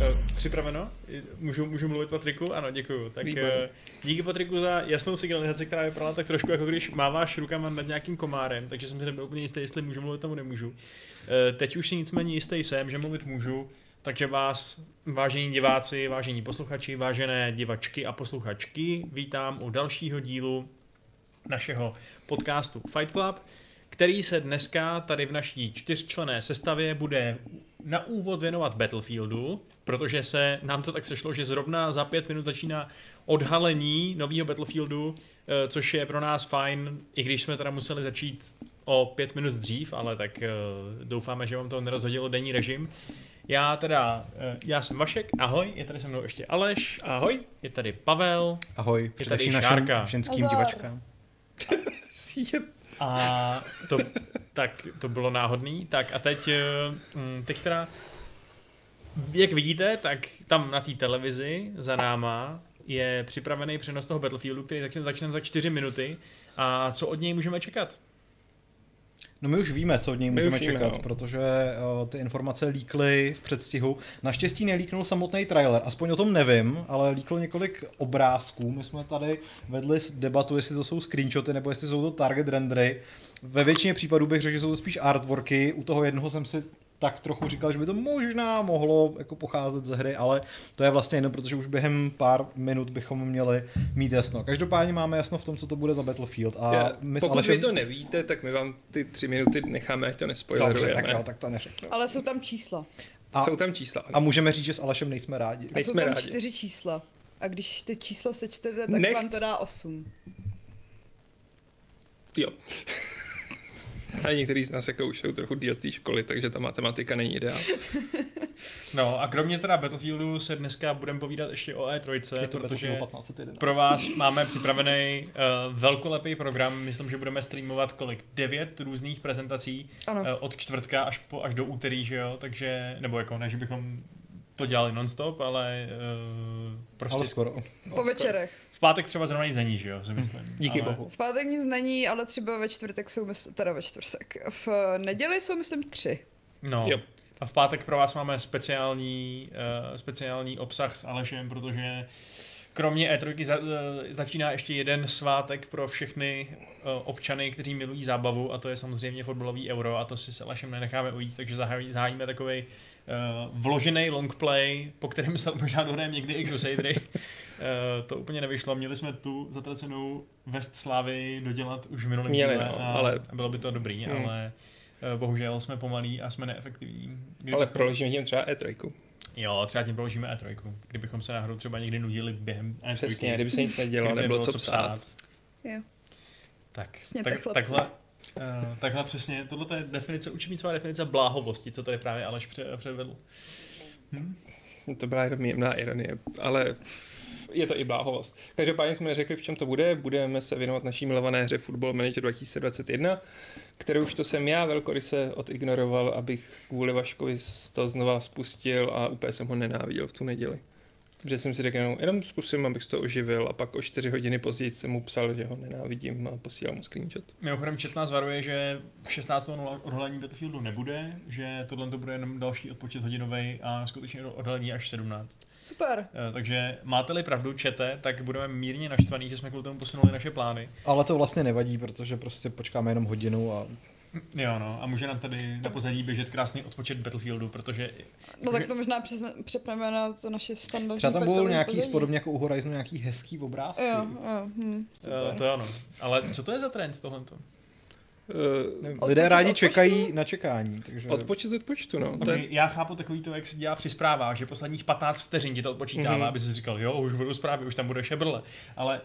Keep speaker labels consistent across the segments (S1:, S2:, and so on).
S1: Eh, Připraveno? Můžu, můžu mluvit Patriku? Ano, děkuju. Tak
S2: Výborně.
S1: eh, díky Patriku za jasnou signalizaci, která vypadala tak trošku jako když máváš rukama nad nějakým komárem, takže jsem si nebyl úplně jistý, jestli můžu mluvit tomu nemůžu. Eh, Teď už si nicméně jistý jsem, že mluvit můžu, takže vás, vážení diváci, vážení posluchači, vážené divačky a posluchačky, vítám u dalšího dílu našeho podcastu Fight Club, který se dneska tady v naší čtyřčlené sestavě bude na úvod věnovat Battlefieldu, protože se nám to tak sešlo, že zrovna za pět minut začíná odhalení nového Battlefieldu, eh, což je pro nás fajn, i když jsme teda museli začít o pět minut dřív, ale tak eh, doufáme, že vám to nerozhodilo denní režim. Já teda, eh, já jsem Vašek, ahoj, je tady se mnou ještě Aleš,
S2: Ahoj.
S1: je tady Pavel,
S3: Ahoj,
S1: tady
S3: především
S1: Šárka.
S3: našim ženským
S4: Pozor.
S3: divačkám.
S1: A to, tak to bylo náhodný. Tak a teď, eh, mm, teď teda, jak vidíte, tak tam na té televizi za náma je připravený přenos toho Battlefieldu, který začne, začne za čtyři minuty. A co od něj můžeme čekat?
S3: No my už víme, co od něj
S2: My
S3: můžeme
S2: už víme,
S3: čekat,
S2: no.
S3: protože o, ty informace líkly v předstihu. Naštěstí nelíknul samotný trailer, aspoň o tom nevím, ale líklo několik obrázků. My jsme tady vedli s- debatu, jestli to jsou screenshoty nebo jestli jsou to target rendery. Ve většině případů bych řekl, že jsou to spíš artworky. U toho jednoho jsem si tak trochu říkal, že by to možná mohlo jako pocházet ze hry, ale to je vlastně jenom, protože už během pár minut bychom měli mít jasno. Každopádně máme jasno v tom, co to bude za Battlefield. A
S2: Já,
S3: my s
S2: pokud
S3: Alešem...
S2: vy to nevíte, tak my vám ty tři minuty necháme, ať to
S3: Dobře, tak
S2: nespoilerujeme.
S3: jo, tak to neřeknu.
S4: Ale jsou tam čísla.
S3: A-
S2: Jsou tam čísla.
S3: A můžeme říct, že s Alešem nejsme rádi.
S4: A
S2: My
S4: jsou
S2: jsme
S4: tam
S2: rádi.
S4: čtyři čísla. A když ty čísla sečtete, tak
S2: Nechť-
S4: vám to dá osm.
S2: Jo. Ale některý z nás jako už jsou trochu díl z té školy, takže ta matematika není ideál.
S1: No a kromě teda Battlefieldu se dneska budeme povídat ještě o E3,
S3: Je to protože...
S1: protože
S3: 1511.
S1: pro vás máme připravený uh, velkolepý program. Myslím, že budeme streamovat kolik? Devět různých prezentací.
S4: Ano.
S1: Eh, od čtvrtka až, po, až do úterý, že jo, takže, nebo jako ne, že bychom to dělali nonstop, ale uh, prostě
S3: Ale skoro.
S4: Po večerech.
S1: v pátek třeba zrovna nic není, že jo, si myslím.
S3: Díky
S1: ale,
S3: bohu.
S4: V pátek nic není, ale třeba ve čtvrtek jsou, mysl... teda ve čtvrtek. V neděli jsou, myslím, tři.
S1: No.
S2: Jo.
S1: A v pátek pro vás máme speciální, uh, speciální obsah s Alešem, protože kromě E3 za, uh, začíná ještě jeden svátek pro všechny uh, občany, kteří milují zábavu a to je samozřejmě fotbalový euro a to si s Alešem nenecháme ujít, takže zahájí, zahájíme takovej uh, vložený longplay, po kterém se možná dohrajeme někdy i Crusadery. uh, to úplně nevyšlo, měli jsme tu zatracenou West Slávy dodělat už v minulém
S2: Měli,
S1: díle
S2: no,
S1: a,
S2: ale-
S1: a bylo by to dobrý,
S2: Mm.
S1: ale Eh, Bohužel jsme pomalí a jsme neefektivní. Kdyby...
S2: Ale proložíme tím třeba E E3.
S1: Jo, třeba tím položíme E3. Kdybychom se na hru třeba někdy nudili během E3.
S2: Přesně, kdyby se nic nedělo,
S1: kdyby
S2: nebylo co psát.
S4: Jo.
S1: Tak,
S4: Přesně
S1: tak
S4: takhle
S1: takhle, eh, takhle přesně. Tohle je definice, učebnicová definice bláhovosti, co tady právě Aleš pře- předvedl.
S2: No, To byla jenom jemná ironie, ale je to i bláhovost. Každopádně jsme neřekli, v čem to bude. Budeme se věnovat naší milované hře Football Manager 2021, kterou už to jsem já velkoryse odignoroval, abych kvůli Vaškovi to znova spustil a úplně jsem ho nenáviděl v tu neděli. Že jsem si řekl, jenom, jenom zkusím, abych si to oživil a pak o čtyři hodiny později jsem mu psal, že ho nenávidím a posílal mu screenshot.
S1: Mimochodem čet nás varuje, že 16.00 odhalení Battlefieldu nebude, že tohle to bude jenom další odpočet hodinový a skutečně odhalení až 17.
S4: Super.
S1: Eh, Takže máte-li pravdu, čete, tak budeme mírně naštvaný, že jsme kvůli tomu posunuli naše plány.
S3: Ale to vlastně nevadí, protože prostě počkáme jenom hodinu a
S1: Jo, no, a může nám tady na pozadí běžet krásný odpočet Battlefieldu, protože eh,
S4: No tak to možná přizna- přepneme na to naše standardní
S3: třeba tam budou
S4: festivalový
S3: nějaký
S4: pozadí.
S3: podobně jako u Horizonu nějaký hezký obrázky.
S4: Jo, jo. Hm,
S1: uh, to
S4: super.
S1: je ano. Ale co to je za trend tohle?
S2: Uh,
S3: Nevím,
S4: Odpočet
S3: Lidé rádi
S4: od počtu?
S3: čekají na čekání, takže
S2: odpočet od počtu, no. To je,
S1: Okay, já chápu takový to, jak se dělá při zprávách, že posledních 15 vteřin ti to odpočítává, mm-hmm.
S2: Mhm.
S1: aby si říkal, jo, už budou zprávy, už tam bude šebrle. Ale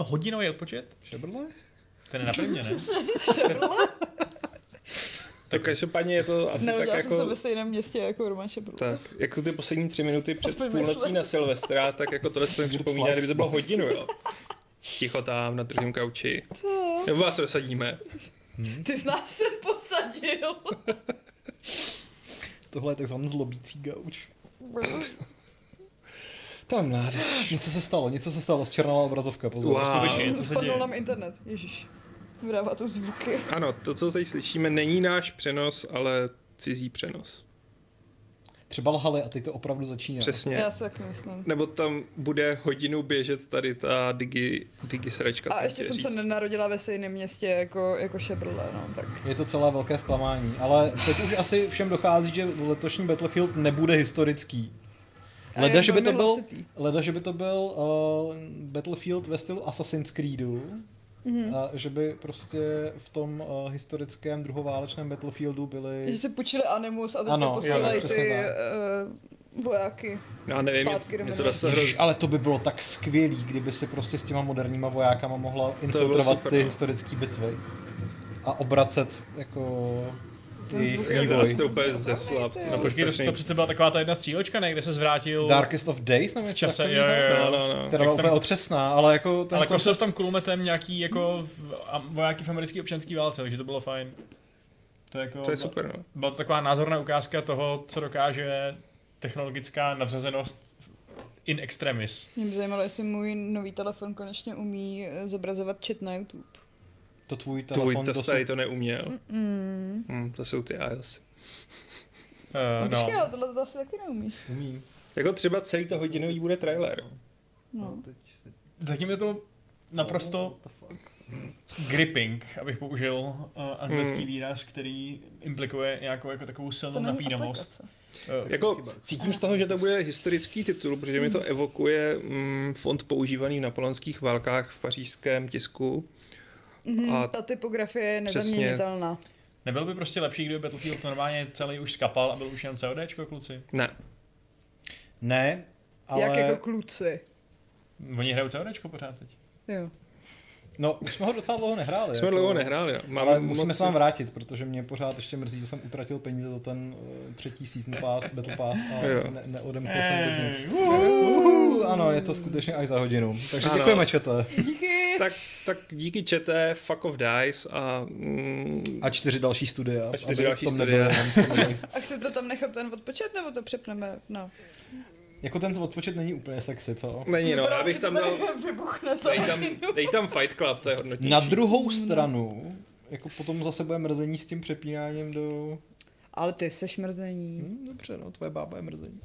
S1: hodinový odpočet?
S3: Šebrle?
S1: Ten je na prvně, ne?
S2: tak každopádně je to asi tak
S4: Neudělal jsem
S2: jako...
S4: se ve stejném městě jako Roman Šebrl.
S2: Tak, jako ty poslední tři minuty před
S4: Aspoň
S2: půlnocí
S4: myslím.
S2: na Silvestra, tak jako tohle se mi připomíná,
S3: flex,
S2: kdyby to bylo
S3: no.
S2: hodinu, jo. Ticho tam, na druhém kauči.
S4: To-
S2: Nebo vás dosadíme.
S4: Ty z nás se posadil.
S3: Tohle je takzvaný zlobící gauč.
S2: Tam mládež.
S3: Něco se stalo, něco se stalo, zčernala obrazovka, pozor.
S2: Wow.
S1: Skutečně, co se děje?
S4: Spadnul nám internet. Ježíš. Vydává to zvuky.
S2: Ano, to, co tady slyšíme, není náš přenos, ale cizí přenos.
S3: třeba lhali a teď to opravdu začíná.
S2: Přesně.
S4: Já si tak myslím.
S2: Nebo tam bude hodinu běžet tady ta digi, digi sračka.
S4: A
S2: jsem
S4: ještě
S2: chtěl
S4: jsem se
S2: říct.
S4: nenarodila ve stejném městě jako, jako Šebrle, no, tak.
S3: Je to celé velké zklamání, ale teď už asi všem dochází, že letošní Battlefield nebude historický.
S4: A
S3: Leda,
S4: je
S3: že by to
S4: velmi
S3: byl,
S4: hlasitý.
S3: leda, že by to byl uh, Battlefield ve stylu Assassin's Creedu,
S4: Mhm.
S3: mm. a že by prostě v tom uh, historickém druhoválečném Battlefieldu byly...
S4: Že si půjčili Animus a teďka
S3: Ano,
S4: posílají
S3: jo,
S4: ty
S3: přesně
S4: uh, vojáky.
S2: Já nevím,
S4: zpátky do
S2: mě, mě to vlastně
S4: minulosti.
S2: zase hrozí.
S3: Ježiš, ale to by bylo tak skvělý, kdyby si prostě s těma moderníma vojákama mohla
S2: bylo
S3: infiltrovat
S2: super,
S3: ty
S2: no.
S3: historické bitvy a obracet jako
S4: Ten
S3: jejich
S4: zvuk
S2: Já to asi
S3: vývoj.
S2: to úplně zeslab.
S4: Zapomeňte.
S2: No,
S1: Počkej, to, to přece byla taková ta jedna střílečka, ne? Kde se zvrátil
S3: Darkest of Days nebo
S1: v
S3: něco
S1: čase, jo,
S3: takového?
S1: jo,
S2: no,
S1: jo.
S2: no, no.
S3: Která
S1: Jak
S3: byla
S1: jsem-
S3: úplně otřesná, ale jako ten
S1: Ale kosil
S3: koncept-
S1: tam kulometem nějaký jako v- a- vojáky v americké občanské válce, takže to bylo fajn. To, je jako,
S2: To je super, no.
S1: Byla to taková názorná ukázka toho, co dokáže technologická nadřazenost in extremis.
S4: Mě by zajímalo, jestli můj nový telefon konečně umí eh, zobrazovat chat na YouTube.
S3: to tvůj
S2: Tvůj
S3: telefon dosud...
S2: tady to neuměl.
S4: Mm.
S2: Hm, to jsou ty iOS.
S1: Uh,
S4: No,
S1: no.
S4: počkej, ale tohle to asi taky neumíš.
S3: umí.
S2: Jako třeba celý to hodinový bude trailer.
S4: No.
S1: Zatím je to
S3: No,
S1: naprosto gripping, abych použil uh, anglický
S2: Hmm.
S1: výraz, který implikuje nějakou jako takovou
S4: To
S1: silnou
S4: není
S1: napínavost.
S4: aplikace.
S1: Uh,
S2: Jako cítím z toho, že to bude historický titul, protože mi to
S3: Hmm.
S2: evokuje mm, fond používaný v napoleonských válkách v pařížském tisku.
S4: Mhm,
S2: A-
S4: ta typografie je
S2: Přesně.
S4: nezaměnitelná.
S1: nebyl by prostě lepší, kdyby Battlefield normálně celý už skapal a byl už jenom CODčko, kluci?
S2: Ne,
S3: Ne, ale...
S4: Ale... Jak jako kluci.
S1: Oni hrajou CODčko pořád teď.
S4: Jo.
S3: No, už jsme ho docela dlouho nehráli.
S2: jsme
S3: jako.
S2: dlouho nehráli. No. Máme
S3: Ale
S2: moc-
S3: musíme se vám vrátit, protože mě pořád ještě mrzí, že jsem utratil peníze za ten eh, třetí season pass, battle pass a
S2: Jo.
S3: ne- neodemknul jsem vůbec nic.
S1: Ej,
S3: Uhu, ano, je to skutečně až za hodinu. Takže
S2: Ano.
S3: děkujeme, čete.
S4: Díky.
S2: tak, tak díky čete, fuck of dice a... Mm,
S3: A čtyři další studia.
S2: A čtyři
S3: aby
S2: další
S3: v tom
S2: studia.
S3: nebylo jenom ten Dice.
S4: A chcete tam nechat ten odpočet, nebo to přepneme? No.
S3: jako ten odpočet není úplně sexy, co?
S2: není no,
S4: Vypadá,
S2: já bych
S4: že
S2: tam
S4: to
S2: dal...
S4: tady Vybuchne za
S2: Dej tam, dej tam Fight Club, to je hodnotnější.
S3: Na druhou stranu, jako potom zase bude mrzení s tím přepínáním do...
S4: Ale ty seš mrzení.
S3: Hm, dobře, no, tvoje bába je mrzení.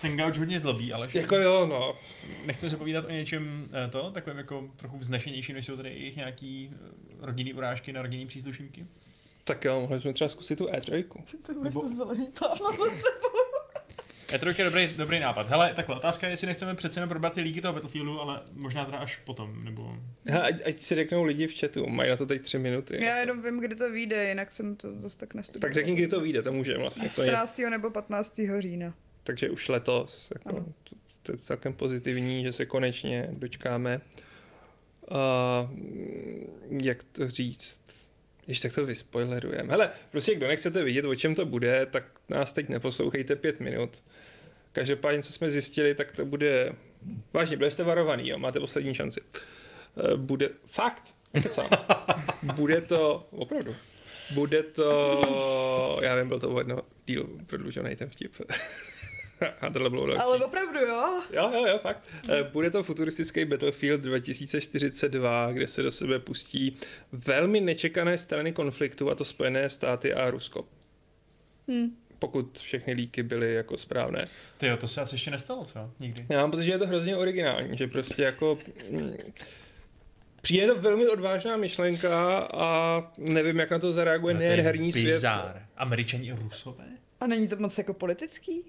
S1: Ten gauč hodně zlobí, ale
S2: Jako jo, no.
S1: nechceme se povídat o něčem eh, to, takovém jako trochu vznešenějším, než jsou tady jejich nějaký eh, rodinný urážky na rodinný příslušníky.
S2: Tak jo, mohli jsme třeba zkusit tu E E3.
S4: To budeš to zelený pláno zase.
S1: E3 je dobrý, dobrý nápad. Hele, takhle, otázka je, jestli nechceme přece jenom probrat ty líky toho Battlefieldu, ale možná teda až potom, nebo...
S2: Ha, Ať, ať si řeknou lidi v chatu, mají na to teď tři minuty.
S4: Já jenom vím, kdy to vyjde, jinak jsem to zase tak nestudoval.
S2: Tak řekni, kdy to vyjde, to můžeme vlastně. To je,
S4: 14. nebo 15. října.
S2: takže už letos, jako,
S4: Ano.
S2: to, to je celkem pozitivní, že se konečně dočkáme. Uh, jak to říct? Když tak to vyspoilerujeme. Hele, prostě kdo nechcete vidět, o čem to bude, tak nás teď neposlouchejte pět minut. Každopádně, co jsme zjistili, tak to bude... Vážně, byli jste varovaný, jo, máte poslední šanci. Eh, Bude... Fakt, nekecám. Bude to... Opravdu. Bude to... Já vím, byl to o jedno díl prodlužený ten vtip. A tohle bylo další.
S4: Ale opravdu jo?
S2: Jo, jo, jo, fakt. Eh, Bude to futuristický Battlefield 2042, kde se do sebe pustí velmi nečekané strany konfliktu, a to Spojené státy a Rusko.
S4: Hm.
S2: Pokud všechny líky byly jako správné.
S1: Ty jo, to se asi ještě nestalo, co? Nikdy.
S2: Já mám pocit, že je to hrozně originální, že prostě jako... mm, Přijde to velmi odvážná myšlenka a nevím, jak na to zareaguje nejen herní svět.
S1: No, bizár. Američani a Rusové?
S4: A není to moc jako politický?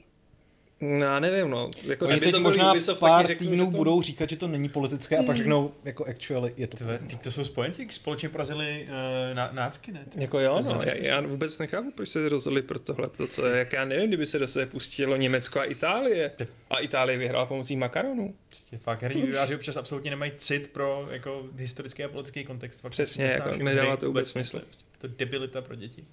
S2: No, já nevím, no. Jako,
S3: Oni
S2: kdyby
S3: teď
S2: to byl
S3: možná
S2: Ubisoft, taky
S3: pár
S2: řeknu,
S3: týdnů
S2: že to...
S3: budou říkat, že to není politické a
S4: Hmm.
S3: pak řeknou, jako actually, je to
S1: Tyhle, ty to jsou spojenci, společně porazili uh, na, nácky, ne? Ty-
S2: Jako jo,
S1: To je
S2: no, já,
S1: nesmysl.
S2: já vůbec nechápu, proč se rozhodli pro tohle. To je, jak já nevím, kdyby se do sebe pustilo Německo a Itálie. A Itálie vyhrála pomocí makaronů.
S1: Prostě fakt herní výváři občas absolutně nemají cit pro jako historický a politický kontext. Fakt
S2: Přesně,
S1: to
S2: jako
S1: nesnáším.
S2: nedává
S1: Hry
S2: to vůbec smysl.
S1: ne, prostě. To je debilita pro děti.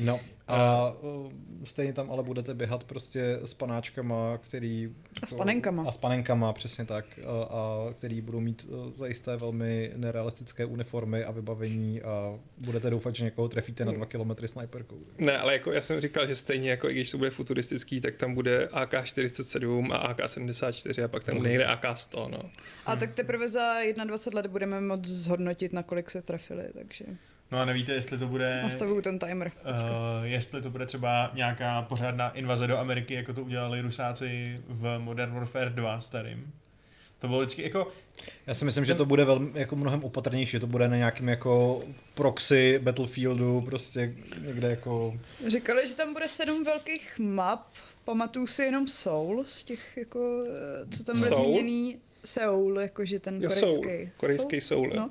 S3: No a eh, stejně tam ale budete běhat prostě s panáčkama, který...
S4: A s panenkama.
S3: A s panenkama, přesně tak. A, a který budou mít eh, zajisté velmi nerealistické uniformy a vybavení a budete doufat, že někoho trefíte
S4: Hmm.
S3: na dva kilometry snajperkou.
S2: Ne, ale jako já jsem říkal, že stejně jako i když to bude futuristický, tak tam bude AK-47 a AK-74 a pak tam bude někde AK-100, no.
S4: A tak teprve za 21 let budeme moc zhodnotit, nakolik se trefili, takže...
S1: No a nevíte, jestli to
S2: Eh,
S1: bude...
S4: Nastavuju ten timer.
S1: Uh, jestli to bude třeba nějaká pořádná invaze do Ameriky, jako to udělali rusáci v Modern Warfare 2 starým. To bylo vždycky jako,
S3: Já si myslím, že to bude velmi, jako mnohem opatrnější, že to bude na nějakém jako proxy Battlefieldu, prostě někde jako...
S4: Říkali, že tam bude sedm velkých map, pamatuju si jenom Soul z těch, jako, eh, co tam bude
S2: Soul?
S4: zmíněný. Seoul, jakože ten
S2: Jo,
S4: korejský.
S2: Soul. Korejský Soul, jo.
S4: no.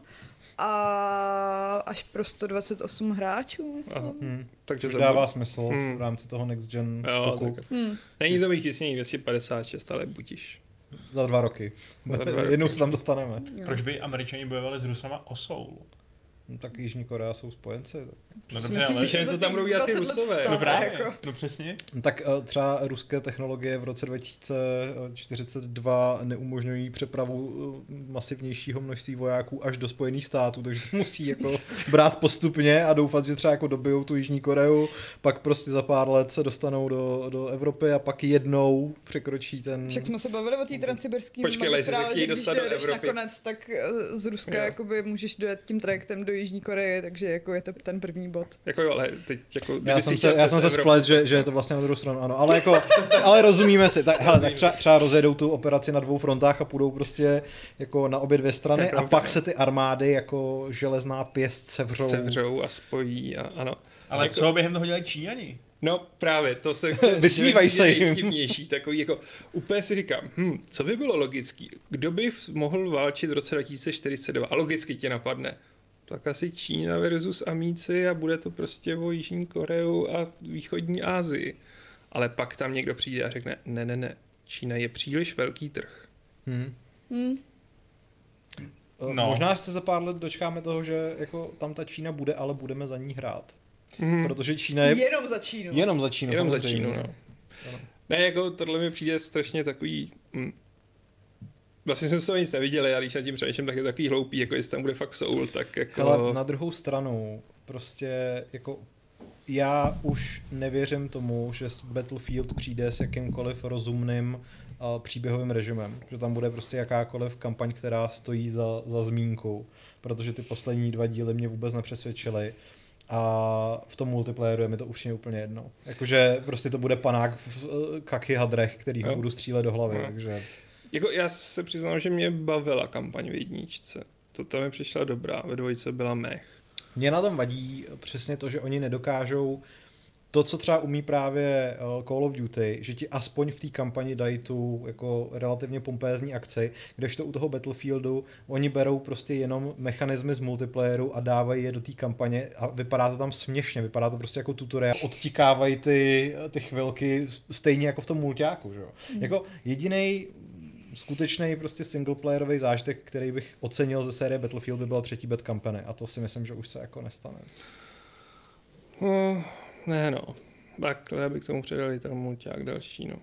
S4: A až pro 128 hráčů.
S2: Aha.
S3: Hm.
S2: Takže
S3: Což
S2: to
S3: dává
S2: bude-
S3: smysl
S2: Hmm.
S3: v rámci toho next gen
S2: Jo,
S3: skoku
S2: tak-
S4: Hmm.
S2: Není to vytisnění 256, ale budíš.
S3: za dva roky.
S2: Za dva roky.
S3: Jednou se tam dostaneme.
S4: jo.
S1: proč by američani bojovali s rusama o Soul?
S3: No, tak Jižní Korea jsou spojenci. tak-
S1: No
S4: Si
S1: dobře,
S4: myslím,
S1: ale...
S4: že
S2: co
S4: za
S2: tam
S4: těch
S2: budou dělat ty
S4: 20 let
S2: Rusové?
S4: stále,
S1: No právě,
S4: jako.
S1: no přesně.
S3: No, Tak eh, třeba ruské technologie v roce 2042 neumožňují přepravu eh, masivnějšího množství vojáků až do Spojených států, takže to musí jako brát postupně a doufat, že třeba jako dobijou tu Jižní Koreu, pak prostě za pár let se dostanou do, do Evropy a pak jednou překročí ten...
S4: Však jsme se bavili o té transsibirské
S2: Počkej, ale jestli se
S4: magistrále,
S2: chtějí
S4: že když
S2: dostat do
S4: dojedeš
S2: Evropy.
S4: nakonec, tak eh, z Ruska
S2: Jo.
S4: jakoby můžeš dojet tím trajektem do Jižní Koreje, takže jako je to ten první bod.
S2: Jako jo, ale teď jako... kdyby
S3: Já
S2: si
S3: jsem
S2: chtěl
S3: se, já
S2: přes
S3: jsem se
S2: Evropu-
S3: splet, že, že je to vlastně na druhou stranu, ano, ale jako, ale rozumíme si, tak, hele, tak třeba, třeba rozjedou tu operaci na dvou frontách a půjdou prostě jako na obě dvě
S2: To je
S3: strany a
S2: pravda, no.
S3: pak se ty armády jako železná pěst sevřou.
S2: Sevřou a spojí a ano.
S1: Ale
S2: Jako-
S1: co během toho dělají Číňani?
S2: No právě, to se chtěl říct,
S3: Vysmívají
S2: že
S3: se
S2: je
S3: jim.
S2: nejvtipnější, takový jako, úplně si říkám, hm, co by bylo logický, kdo by v- mohl válčit v roce 2042 a logicky tě napadne, tak asi Čína versus Amíci a bude to prostě o Jižní Koreu a Východní Asii. Ale pak tam někdo přijde a řekne, ne, ne, ne, Čína je příliš velký trh.
S3: Hmm.
S4: Hmm.
S1: No.
S3: No. Možná se za pár let dočkáme toho, že jako tam ta Čína bude, ale budeme za ní hrát.
S2: Mhm.
S3: Protože Čína je
S4: Jenom za Čínu.
S3: jenom za Čínu.
S2: Jenom za
S3: samozřejmě.
S2: Čínu, no.
S3: Ano.
S2: Ne, jako tohle mi přijde strašně takový... Mm, vlastně jsem z toho nic neviděl, já když nad tím přemýšlím, tak je takový hloupý, jako jestli tam bude fakt soul, tak jako...
S3: Ale na druhou stranu, prostě jako já už nevěřím tomu, že s Battlefield přijde s jakýmkoliv rozumným a, příběhovým režimem. Že tam bude prostě jakákoliv kampaň, která stojí za, za zmínkou. Protože ty poslední dva díly mě vůbec nepřesvědčily. A v tom multiplayeru je mi to upřímně úplně jedno. Jakože prostě to bude panák v eh, kaky hadrech, který ho
S2: Jo.
S3: budu střílet do hlavy.
S2: Jo.
S3: Takže
S2: Jako já se přiznám, že mě bavila kampaň v jedničce. To tam mi přišla dobrá, ve dvojce byla mech.
S3: Mě na tom vadí přesně to, že oni nedokážou to, co třeba umí právě eh, Call of Duty, že ti aspoň v té kampani dají tu jako relativně pompézní akci, kdežto u toho Battlefieldu oni berou prostě jenom mechanismy z multiplayeru a dávají je do té kampaně a vypadá to tam směšně, vypadá to prostě jako tutoriál, odtikávají ty, ty chvilky stejně jako v tom multiáku, že jo. Jako jediný skutečný prostě singleplayerový zážitek, který bych ocenil ze série Battlefield, by byla třetí Bad Company a to si myslím, že už se jako nestane.
S2: No, ne no. Tak já bych tomu předali ten mulťák další, no.
S1: Uh,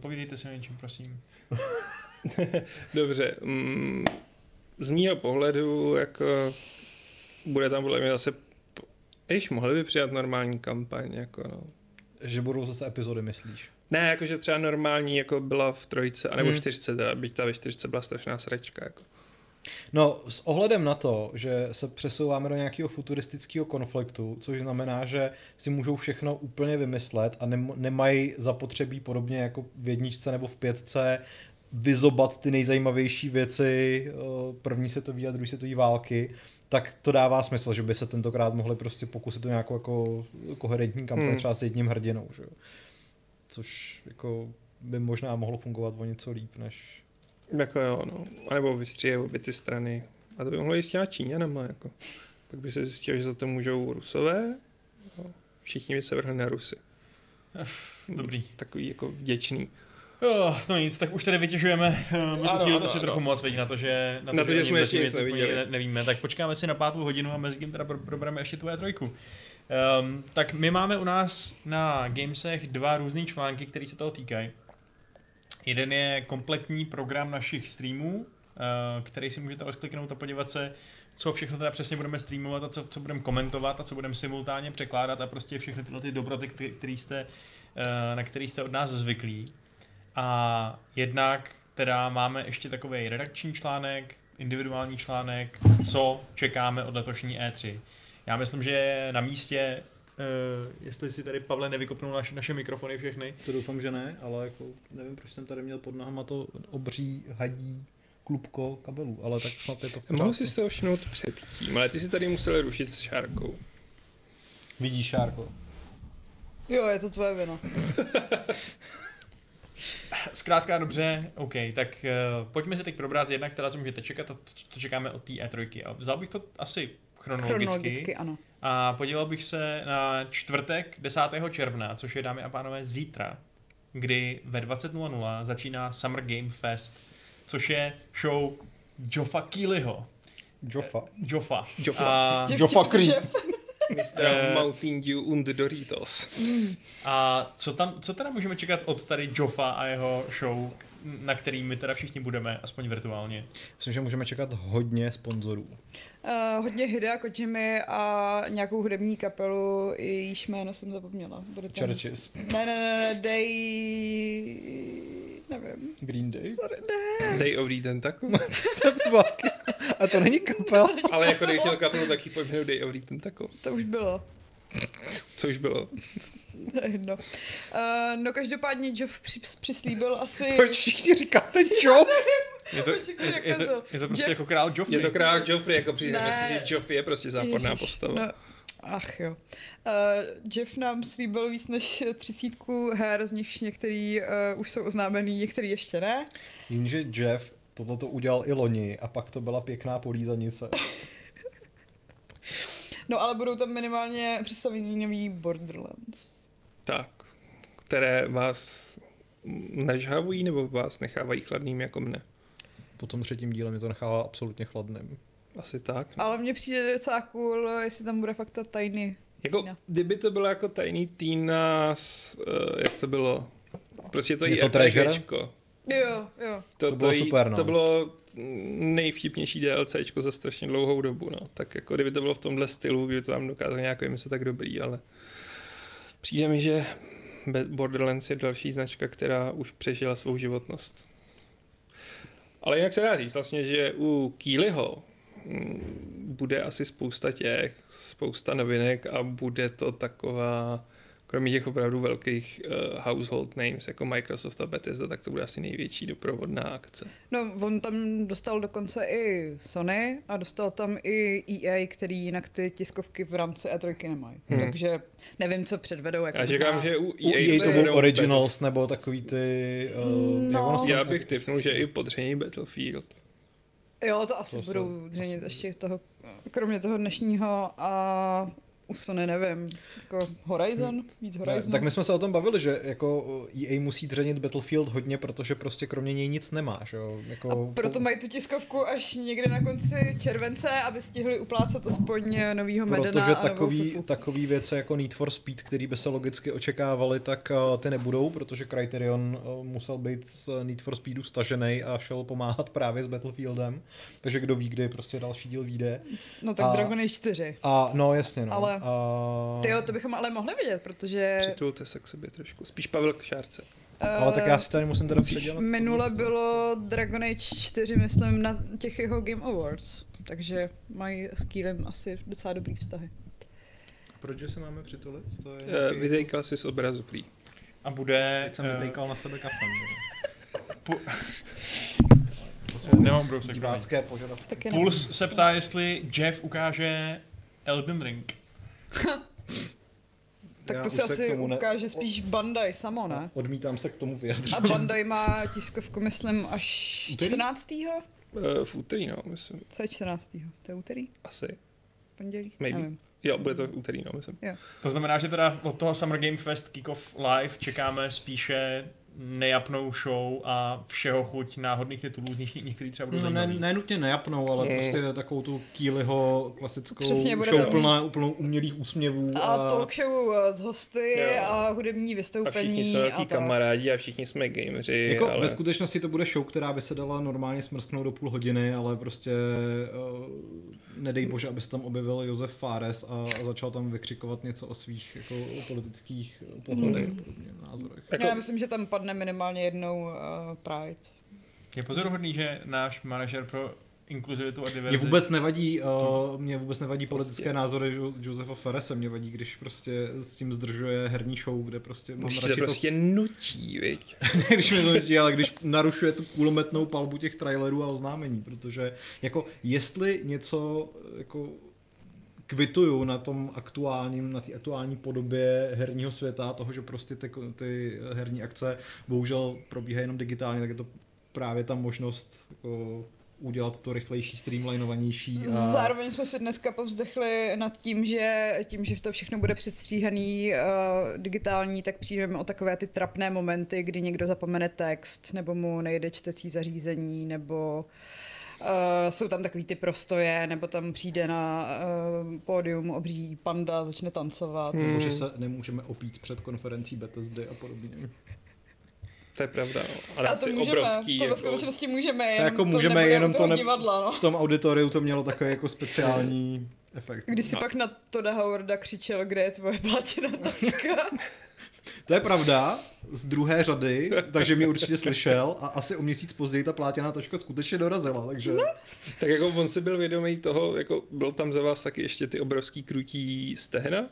S1: povídejte si o něčem, prosím.
S2: Dobře, mm, z mýho pohledu, jako bude tam podle mě zase, Jež mohli by přijat normální kampaň, jako no.
S3: Že budou zase epizody, myslíš?
S2: Ne, jakože třeba normální, jako byla v trojce, anebo hmm.
S3: Hmm.
S2: čtyřce, teda, byť ta ve čtyřce byla strašná sračka, jako.
S3: No, s ohledem na to, že se přesouváme do nějakého futuristického konfliktu, což znamená, že si můžou všechno úplně vymyslet a nem- nemají zapotřebí podobně jako v jedničce nebo v pětce vyzobat ty nejzajímavější věci eh, první světové a druhé světové války, tak to dává smysl, že by se tentokrát mohli prostě pokusit o nějakou jako koherentní kampaň
S2: Hmm.
S3: hmm. třeba s jedním hrdinou, že? jo. což jako by možná mohlo fungovat o něco líp než
S2: Jako jo, no. A nebo vystříje obě ty strany. A to by mohlo jít s těma Číňanama, jako. Pak by se zjistilo, že za to můžou Rusové. No. Všichni by se vrhli na Rusy.
S1: Dobrý.
S2: Takový jako vděčný.
S1: Oh, no nic, tak už tady vytěžujeme uh, Battlefield
S2: ano,
S1: asi
S2: ano.
S1: trochu moc, vidí na to, že,
S2: Na to, že
S1: o něm
S2: jsme ještě
S1: zatím
S2: nic
S1: něco úplně
S2: neviděli.
S1: ne- nevíme. Tak počkáme si na pátou hodinu a mezi tím teda pro- probereme ještě tvoje trojku. Um, tak my máme u nás na Gamesech dva různé články, které se toho týkají. Jeden je kompletní program našich streamů, eh, který si můžete rozkliknout a podívat se, co všechno teda přesně budeme streamovat a co, co budeme komentovat a co budeme simultánně překládat a prostě všechny tyhle ty dobroty, který, který jste, eh, na který jste od nás zvyklí. A jednak teda máme ještě takový redakční článek, individuální článek, co čekáme od letošní E3. Já myslím, že je na místě, uh, jestli si tady Pavle nevykopnou naš, naše mikrofony všechny,
S3: To doufám, že ne, ale jako nevím, proč jsem tady měl pod nohama to obří hadí klubko kabelů, ale tak snad je to v
S2: Mohl
S3: pořádku.
S2: jsi se ho všimnout předtím, ale ty si tady musel rušit s šárkou.
S3: Vidíš, Šárko.
S4: Jo, je to tvoje vina.
S1: Zkrátka dobře, OK, tak uh, pojďme se teď probrat jednak teda, co můžete čekat a t- co čekáme od té E3. A Vzal bych to asi chronologicky,
S4: Chronologicky, ano.
S1: a podíval bych se na čtvrtek 10. června, což je dámy a pánové zítra, kdy ve 20.00 začíná Summer Game Fest, což je show Joffa Keelyho.
S3: Jofa.
S1: Joffa.
S2: Joffa.
S1: A,
S3: Joffa Creep.
S2: Mr. Mountain Dew und Doritos.
S1: a co, tam, co teda můžeme čekat od tady Joffa a jeho show, na který my teda všichni budeme, aspoň virtuálně?
S3: Myslím, že můžeme čekat hodně sponzorů.
S4: Uh, hodně Hidea Kojimy a nějakou hudební kapelu, jejíž jméno jsem zapomněla. Bude tam...
S3: Churches.
S4: Ne, ne, ne, ne, dej... Nevím.
S3: Green Day.
S4: Sorry, ne.
S2: Day of the Tentacle.
S3: A to není kapela.
S2: Ale jako dej chtěl kapelu, tak ji pojmenuji Day of the Tentacle.
S4: To už bylo.
S2: Co už bylo.
S4: To je jedno. Uh, no každopádně Joff při, přislíbil asi...
S3: Proč všichni říkáte Jof?
S1: Je to,
S4: Proč jako
S1: je, je, to,
S4: nakazil?
S1: je to prostě
S4: Jeff-
S1: jako král Joffrey.
S2: Je to král Joffrey, jako přijdeme
S4: Ne.
S2: si, že Joffrey je prostě záporná
S4: Ježiš,
S2: postava.
S4: No, ach jo. Uh, Jeff nám slíbil víc než třicítku her, z nichž některý uh, už jsou oznámený, některý ještě ne.
S3: Jenže Jeff tohle to udělal i loni a pak to byla pěkná polízanice.
S4: No ale budou tam minimálně představení nový Borderlands.
S2: Tak. Které vás nažhavují nebo vás nechávají chladným jako mne.
S3: Po tom třetím díle mě to nechává absolutně chladným.
S2: Asi tak.
S4: Ale mně přijde docela cool, jestli tam bude fakt ta tajný.
S2: Jako,
S4: Tina.
S2: kdyby to bylo jako tajný Tina, s, uh, jak to bylo? Prostě to
S3: Něco
S2: je
S3: Treasure?
S2: RPGčko.
S4: Jo, jo.
S2: To,
S3: To bylo
S2: jí-
S3: super, no.
S2: To bylo nejvtipnější DLCčko za strašně dlouhou dobu, no. Tak jako kdyby to bylo v tomhle stylu, kdyby to vám dokázalo nějak vymyslet tak dobrý, ale přijde mi, že Be- Borderlands je další značka, která už přežila svou životnost. Ale jinak se dá říct vlastně, že u Keelyho mm, bude asi spousta těch, spousta novinek a bude to taková, kromě těch opravdu velkých uh, household names jako Microsoft a Bethesda, tak to bude asi největší doprovodná akce.
S4: No, on tam dostal dokonce i Sony a dostal tam i EA, který jinak ty tiskovky v rámci E3 nemají.
S2: Hmm.
S4: Hmm. Takže nevím, co předvedou. Jako
S2: Já říkám, že u
S3: U
S2: EA,
S3: EA to byl
S2: budou-
S3: Originals nebo takový ty... Uh,
S4: No.
S2: Já bych typnul, že i podření Battlefield.
S4: Jo, to asi
S3: To se-
S4: budou
S3: to
S4: dřenit
S3: se-
S4: ještě toho, kromě toho dnešního a u Sony nevím, jako Horizon, víc
S3: Ne,
S4: Horizon.
S3: tak my jsme se o tom bavili, že jako EA musí dřenit Battlefield hodně, protože prostě kromě něj nic nemáš. Jo? Jako,
S4: a proto mají tu tiskovku až někde na konci července, aby stihli uplácat aspoň eh, novýho Medena
S3: Protože
S4: a novou
S3: takový,
S4: Fufu.
S3: takový věce jako Need for Speed, který by se logicky očekávali, tak eh, ty nebudou, protože Criterion eh, musel být z eh, Need for Speedu stažený a šel pomáhat právě s Battlefieldem. Takže kdo ví, kdy prostě další díl vyjde.
S4: No tak
S3: a- No.
S4: a... Dragon Age 4.
S3: A no jasně no.
S4: Ale-
S3: a...
S4: Ty jo, to bychom ale mohli vidět, protože
S2: Přitulte se k sobě trošku. Spíš Pavel k šárce.
S3: Ale tak já
S4: eh,
S3: si tady musím teda předělat.
S4: minule
S3: tohle.
S4: bylo Dragon Age 4, myslím, na těch jeho Game Awards, takže mají s Kýlem asi docela dobrý vztahy.
S3: Proč že se máme přitulit? To je
S2: Eh,
S3: nějaký-
S2: Vytejkal si z obrazu prý.
S1: A bude...
S3: Teď jsem
S1: eh,
S3: vytejkal na sebe kafem.
S1: Nemám brousek.
S3: Divácké požadavky.
S4: Taky nevím.
S1: Puls se ptá, jestli Jeff ukáže Elden Ring.
S4: Tak
S3: Já
S4: to
S3: už
S4: se
S3: se k
S4: asi
S3: tomu ne-
S4: ukáže spíš Bandai samo, ne?
S3: Odmítám se k tomu vyjadřit.
S4: A Bandai má tiskovku, myslím, až
S3: Úterý?
S4: 14.
S2: Eh, V úterý, no, myslím.
S4: Co je 14. To je úterý?
S2: Asi.
S4: Pondělí?
S2: Maybe.
S4: Nevím.
S2: Jo, bude to v úterý, no, myslím.
S1: To znamená, že teda od toho Summer Game Fest Kickoff Live čekáme spíše nejapnou show a všeho chuť náhodných titulů, z nich některý třeba budou
S3: No, ne,
S1: zajímavý.
S3: ne nutně nejapnou, ale
S2: Mm.
S3: prostě takovou tu Kýliho klasickou
S4: Přesně, bude
S3: show
S4: to-
S3: plná, úplnou umělých úsměvů.
S4: A talk show eh, s hosty
S2: Jo.
S4: a hudební
S2: A všichni
S4: vystoupení
S2: jsme velký
S4: tak.
S2: kamarádi a všichni jsme gameři,
S3: Jako
S2: ale...
S3: ve skutečnosti to bude show, která by se dala normálně smrsknout do půl hodiny, ale prostě uh, nedej bože, aby se tam objevil Josef Fares a, a začal tam vykřikovat něco o svých jako, politických pohledech
S4: Mhm.
S3: a podobně, názorech.
S4: Já
S2: jako-
S4: myslím, že tam padne minimálně jednou uh, eh, Pride.
S1: Je pozoruhodný, že náš manažer pro inkluzivitu a diverzitu.
S3: Mě vůbec nevadí, uh, mě vůbec nevadí
S2: Prostě-
S3: politické názory Ju- Josefa Ferese, mě vadí, když prostě s tím zdržuje herní show, kde prostě mám
S2: Když to
S3: radši to,
S2: prostě nutí, viď?
S3: když mi to nutí, ale když narušuje tu kulometnou palbu těch trailerů a oznámení, protože jako jestli něco jako kvituju na tom aktuálním, na té aktuální podobě herního světa, toho, že prostě ty, ty herní akce bohužel probíhají jenom digitálně, tak je to právě ta možnost jako udělat to rychlejší, streamlinovanější. A...
S4: Zároveň jsme si dneska povzdechli nad tím, že tím, že to všechno bude přestříhaný uh, digitální, tak přijdeme o takové ty trapné momenty, kdy někdo zapomene text, nebo mu nejde čtecí zařízení, nebo uh, jsou tam takový ty prostoje, nebo tam přijde na uh, pódium obří panda, začne tancovat. Hmm.
S3: Nebo že se nemůžeme opít před konferencí Bethesdy a podobně.
S2: To je pravda, no. Ale
S4: A
S2: to
S4: to
S2: je
S4: můžeme,
S2: obrovský.
S4: to ve
S2: Jako,
S4: skutečnosti můžeme,
S3: To
S4: jenom
S3: jako
S4: to
S3: můžeme
S4: nebude
S3: jenom
S4: u
S3: to
S4: toho
S3: ne...
S4: divadla, no.
S3: V tom auditoriu to mělo takový jako speciální efekt.
S4: Když
S2: No.
S4: si pak na Toda Howarda křičel, kde je tvoje platina taška.
S3: To je pravda, z druhé řady, takže mě určitě slyšel a asi o měsíc později ta plátěná taška skutečně dorazila, takže
S4: No.
S2: tak jako on si byl vědomý toho, jako byl tam za vás taky ještě ty obrovský krutí stehna,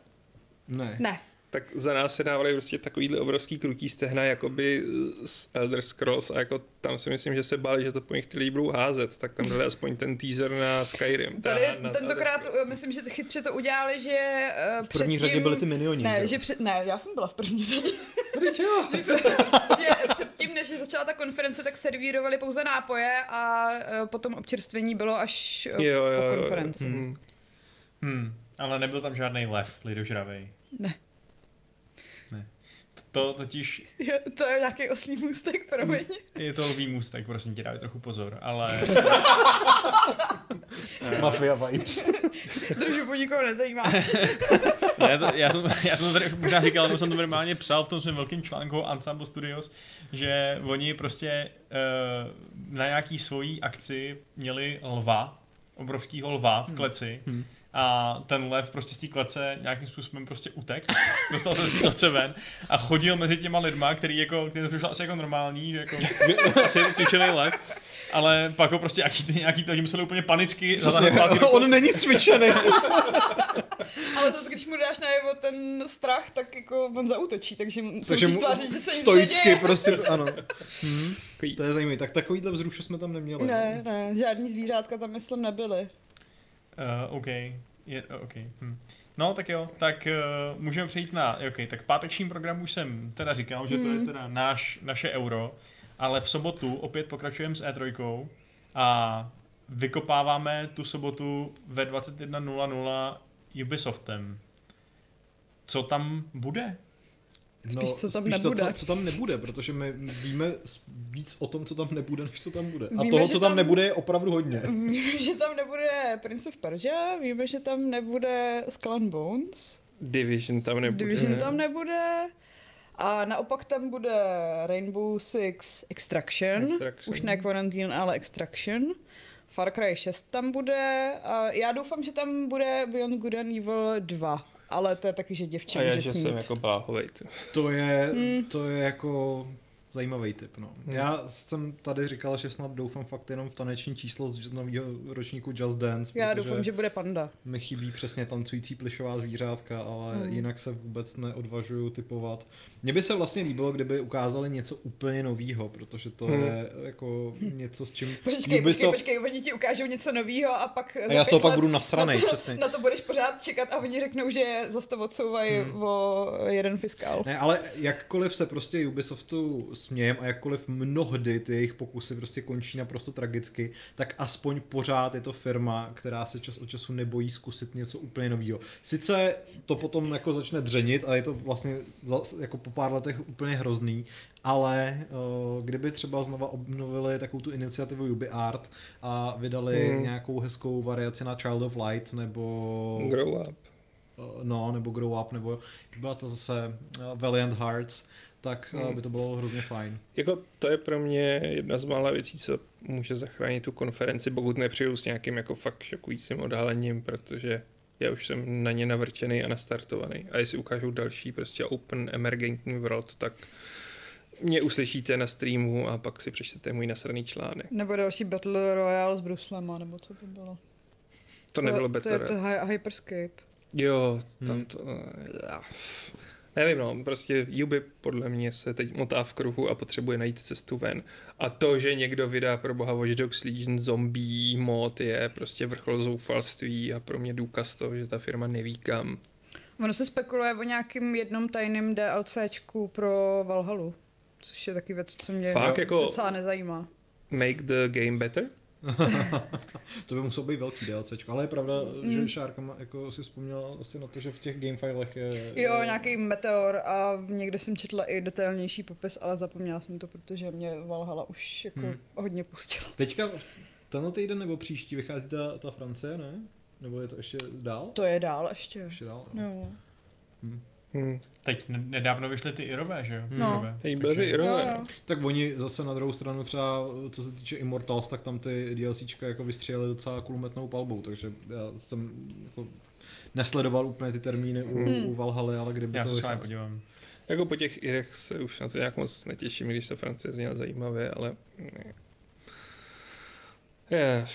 S3: ne.
S4: ne,
S2: tak za nás se dávaly prostě takovýhle obrovský krutí stehna, jakoby z Elder Scrolls a jako tam si myslím, že se báli, že to po nich ty lidi budou házet, tak tam dali aspoň ten teaser na Skyrim.
S4: Tady
S2: na, na
S4: tentokrát
S2: Elder
S4: uh, myslím, že to chytře to udělali, že uh,
S3: V první
S4: předtím...
S3: řadě byly ty minioni.
S4: Ne,
S3: jo?
S4: že před... ne, já jsem byla v první řadě. že předtím, než začala ta konference, tak servírovali pouze nápoje a uh, potom občerstvení bylo až
S2: Scrolls.
S4: uh,
S2: jo, jo,
S4: po
S2: jo, jo.
S4: konferenci.
S2: Hmm.
S1: Hmm, ale nebyl tam žádný lev lidožravej.
S4: Ne.
S1: Ne. To totiž
S4: Jo, to je nějaký oslý můstek, promiň.
S1: je to lvý můstek, prosím tě, dávej trochu pozor, ale
S3: Mafia vibes.
S2: Mm.
S4: Držu po nikoho nezajímá.
S1: ne, to, já, jsem, já jsem to tady možná říkal, nebo jsem to normálně psal v tom svém velkém článku Ensemble Studios, že oni prostě uh, na nějaký svojí akci měli lva, obrovskýho lva v kleci,
S3: Hmm.
S1: a ten lev prostě z té klece nějakým způsobem prostě utek, dostal se z té klece ven a chodil mezi těma lidma, který jako, který to přišlo asi jako normální, že jako že asi je cvičený lev, ale pak ho prostě nějaký, ty- nějaký to lidi museli úplně panicky
S3: Přesně,
S1: zatáhnout zpátky do
S3: on není cvičený.
S4: Ale zase, když mu dáš najevo ten strach, tak jako on zautočí, takže, takže
S3: Takže
S4: se
S3: mu
S4: musíš tvářit, že se nic
S3: stoicky
S4: neděje.
S3: prostě, ano. Hm.
S2: Takový-
S3: To je zajímavé, tak takovýhle vzrušu jsme tam neměli.
S4: Ne, ne, žádný zvířátka tam myslím nebyly.
S1: Uh, OK. Je, OK. Hm. No, tak jo, tak uh, můžeme přejít na, OK, tak páteční program už jsem teda říkal, že to je teda náš, naše euro, ale v sobotu opět pokračujeme s E3 a vykopáváme tu sobotu ve 21.00 Ubisoftem. Co tam bude?
S4: Spíš, co tam
S3: No, spíš
S4: nebude.
S3: To, co, co tam nebude, protože my víme s- víc o tom, co tam nebude, než co tam bude. A
S4: Víme,
S3: toho,
S4: že
S3: co tam,
S4: tam- Mm.
S3: nebude, je opravdu hodně.
S4: Víme, že tam nebude Prince of Persia, víme, že tam nebude Skull and Bones,
S2: Division tam nebude.
S4: Division tam nebude a naopak tam bude Rainbow Six Extraction,
S2: Extraction.
S4: už ne Quarantine, ale Extraction. Far Cry 6 tam bude a já doufám, že tam bude Beyond Good and Evil 2, ale to je taky, že
S2: A
S4: děvče
S2: já,
S4: může
S2: že
S4: snít.
S2: jsem jako bláhovej. ty.
S3: To je,
S4: Mm.
S3: hmm. to je jako zajímavý typ. No. Hmm. Já jsem tady říkal, že snad doufám fakt jenom v taneční číslo z nového ročníku Just Dance,
S4: Já
S3: protože
S4: doufám, že bude Panda.
S3: mi chybí přesně tancující plišová zvířátka, ale
S4: Hmm.
S3: hmm. jinak se vůbec neodvažuju typovat. Mně by se vlastně líbilo, kdyby ukázali něco úplně novýho, protože to
S2: Hmm.
S3: hmm. je jako něco, s čím
S4: Počkej, počkej, počkej, oni ti ukážou něco nového a pak
S3: A já z toho pak budu
S4: na
S3: nasranej,
S4: to,
S3: přesně.
S4: Na to budeš pořád čekat a oni řeknou, že zase to odsouvají hmm. o jeden fiskál.
S3: Ne, ale jakkoliv se prostě Ubisoftu smějem a jakkoliv mnohdy ty jejich pokusy prostě končí naprosto tragicky, tak aspoň pořád je to firma, která se čas od času nebojí zkusit něco úplně nového. Sice to potom jako začne dřenit a je to vlastně za, jako po pár letech úplně hrozný, ale eh, kdyby třeba znova obnovili takovou tu iniciativu UbiArt a vydali
S2: Hmm.
S3: hmm. nějakou hezkou variaci na Child of Light nebo
S2: Grow up.
S3: no, nebo Grow Up, nebo jak byla to zase uh, Valiant Hearts, tak uh,
S2: Hmm.
S3: by to bylo hrozně fajn.
S2: Jako to je pro mě jedna z mála věcí, co může zachránit tu konferenci, pokud nepřijdu s nějakým jako fakt šokujícím odhalením, protože já už jsem na ně navrčený a nastartovaný. A jestli ukážou další prostě open emergentní world, tak Mě uslyšíte na streamu a pak si přečtete můj nasraný článek.
S4: Nebo další Battle Royale s Bruslema, nebo co to bylo.
S2: To, nebylo
S4: to je
S2: better.
S4: to Hy- Hyperscape.
S2: Jo, tam to... Já. Nevím, no, prostě Yubi podle mě se teď motá v kruhu a potřebuje najít cestu ven. A to, že někdo vydá pro boha Watch Dogs Legion zombie mod je prostě vrchol zoufalství a pro mě důkaz toho, že ta firma neví kam.
S4: Ono se spekuluje o nějakým jednom tajným DLCčku pro Valhalu. Což je taky věc, co mě
S2: Fakt, jako-
S4: docela nezajímá.
S2: Make the game better?
S3: To by muselo být velký DLCčko, ale je pravda,
S4: Hmm.
S3: mm. že Šárka má- jako si vzpomněla asi na to, že v těch gamefilech je... eh,
S4: Jo, nějaký meteor a někde jsem četla i detailnější popis, ale zapomněla jsem to, protože mě Valhalla už jako
S3: Hmm.
S4: hmm. hodně pustila.
S3: Teďka tenhle týden nebo příští vychází ta, ta Francie, ne? Nebo je to ještě dál?
S4: To je dál ještě.
S3: Ještě dál, no.
S4: No.
S2: Hmm.
S1: Teď ne- nedávno vyšly ty Irové, že jo?
S4: No.
S1: Irové.
S2: Teď byly ty
S1: Takže-
S4: Jo,
S2: Irové,
S4: jo.
S2: no.
S3: Tak oni zase na druhou stranu třeba, co se týče Immortals, tak tam ty DLCčka jako vystřelili docela kulometnou palbou, takže já jsem jako nesledoval úplně ty termíny u,
S4: Hmm.
S3: u Valhaly, ale kdyby
S1: Já
S3: to
S1: se s vámi
S3: vycházelo.
S1: podívám.
S2: Jako po těch Irech se už na to nějak moc netěším, i když ta Francie zněla zajímavě, ale... Ne. Je,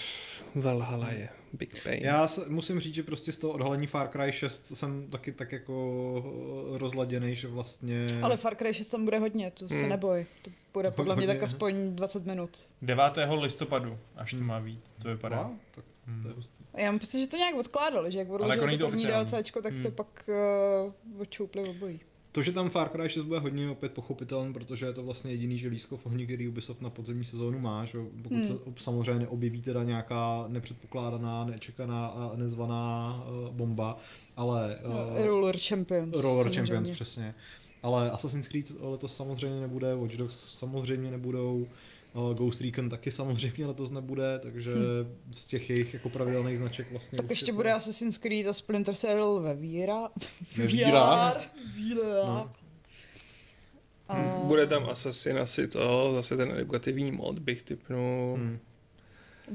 S2: Valhalla je big pain.
S3: Já se, musím říct, že prostě z toho odhalení Far Cry 6 jsem taky tak jako rozladěný, že vlastně...
S4: Ale Far Cry 6 tam bude hodně, to se
S2: Hmm.
S4: neboj. To bude podle mě tak
S3: Hodně,
S4: aspoň 20 minut.
S1: 9. listopadu, až to má být, to vypadá.
S3: Mhm. Wow, tak to je prostě-
S1: Hmm.
S3: hustý.
S4: Já mám pocit, že to nějak odkládali, že jak odložili
S1: jako není
S4: to
S1: to
S4: první
S1: oficiální.
S4: DLCčko, tak to
S1: Hmm.
S4: pak uh, odčoupli obojí.
S3: To, že tam Far Cry 6 bude hodně opět pochopitelný, protože je to vlastně jediný želízko v ohni, který Ubisoft na podzimní sezónu má, že? jo. pokud
S4: Hmm.
S3: hmm. se ob- samozřejmě neobjeví teda nějaká nepředpokládaná, nečekaná a nezvaná uh, bomba, ale
S4: No, Roller Champions.
S3: uh, Roller
S4: samozřejmě.
S3: Champions přesně. Ale Assassin's Creed eh, letos samozřejmě nebude, Watch Dogs samozřejmě nebudou, uh, Ghost Recon taky samozřejmě letos nebude, takže hmm. z těch jejich jako pravidelných značek vlastně
S4: Tak
S3: už
S4: ještě
S3: je to-
S4: bude Assassin's Creed a Splinter Cell ve víra.
S3: Ve víra.
S4: Víra.
S3: No. Hm,
S4: A...
S2: Bude tam Assassin asi co, zase ten edukativní mod bych typnul. Hmm.
S3: Hmm.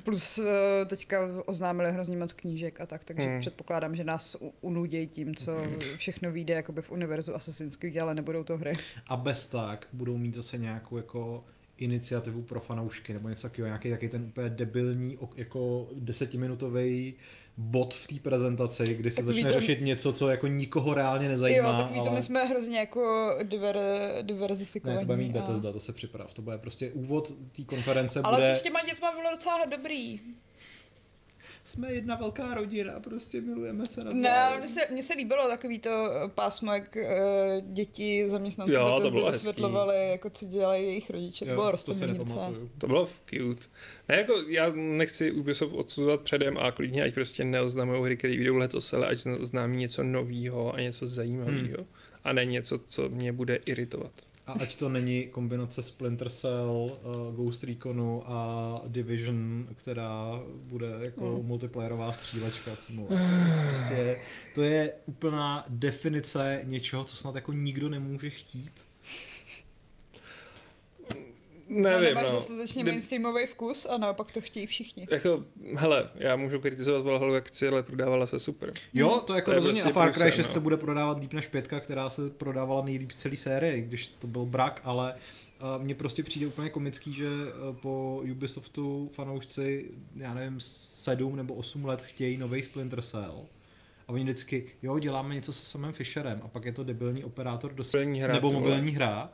S4: Plus eh, teďka oznámili hrozně moc knížek a tak, takže
S2: Hmm.
S3: Hm.
S4: hmm. předpokládám, že nás u- unudějí tím, co všechno vyjde jakoby v univerzu Assassin's Creed, ale nebudou to hry.
S3: A bez tak budou mít zase nějakou jako iniciativu pro fanoušky nebo něco takového, nějaký taky ten úplně debilní ok- jako desetiminutový bod v té prezentaci, kdy se
S4: Takový
S3: začne
S4: ten-
S3: řešit něco, co jako nikoho reálně nezajímá,
S4: jo, tak ví, to
S3: ale...
S4: my jsme hrozně jako diver, diverzifikovaní.
S3: Ne, to bude mít
S4: a-
S3: Bethesda, to se připrav. To bude prostě úvod té konference
S4: no. Ale
S3: bude...
S4: to s těma dětma bylo docela dobrý.
S3: Jsme jedna velká rodina, prostě milujeme se na
S4: Ne, mně se, mně se líbilo takový to pásmo, jak eh, děti zaměstnanců
S2: Jo, to
S4: Bethesdy
S2: bylo hezký.
S4: vysvětlovali, jako co dělají jejich rodiče. to bylo
S3: to se
S4: roztomilý docela.
S3: nepamatuju.
S2: To bylo cute. Ne, jako já nechci Ubisoft odsuzovat předem a klidně, ať prostě neoznamují hry, které vyjdou letos, ale ať zna- oznámí něco nového a něco zajímavého. Hmm. A ne něco, co mě bude iritovat.
S3: A ať to není kombinace Splinter Cell, uh, Ghost Reconu a Division, která bude jako
S4: Mm.
S3: multiplayerová střílečka týmová. Prostě to je úplná definice něčeho, co snad jako nikdo nemůže chtít.
S2: Nevím,
S4: nemáš
S2: no.
S4: dostatečně
S2: Kdy-
S4: mainstreamový vkus a naopak to chtějí všichni.
S2: Jako, hele, já můžu kritizovat Valhalu, jak chci, ale prodávala se super.
S3: Jo, to jako
S2: To je
S3: rozhodně.
S2: prostě
S3: a Far Cry
S2: průser,
S3: 6 se
S2: no.
S3: bude prodávat líp než pětka, která se prodávala nejlíp z celé série, i když to byl brak, ale eh, mně prostě přijde úplně komický, že eh, po Ubisoftu fanoušci, já nevím, sedm nebo osm let chtějí nový Splinter Cell. A oni vždycky, jo, děláme něco se samým Fisherem a pak je to debilní operátor do
S2: Mobilní hra,
S3: nebo
S2: ty vole.
S3: mobilní hra.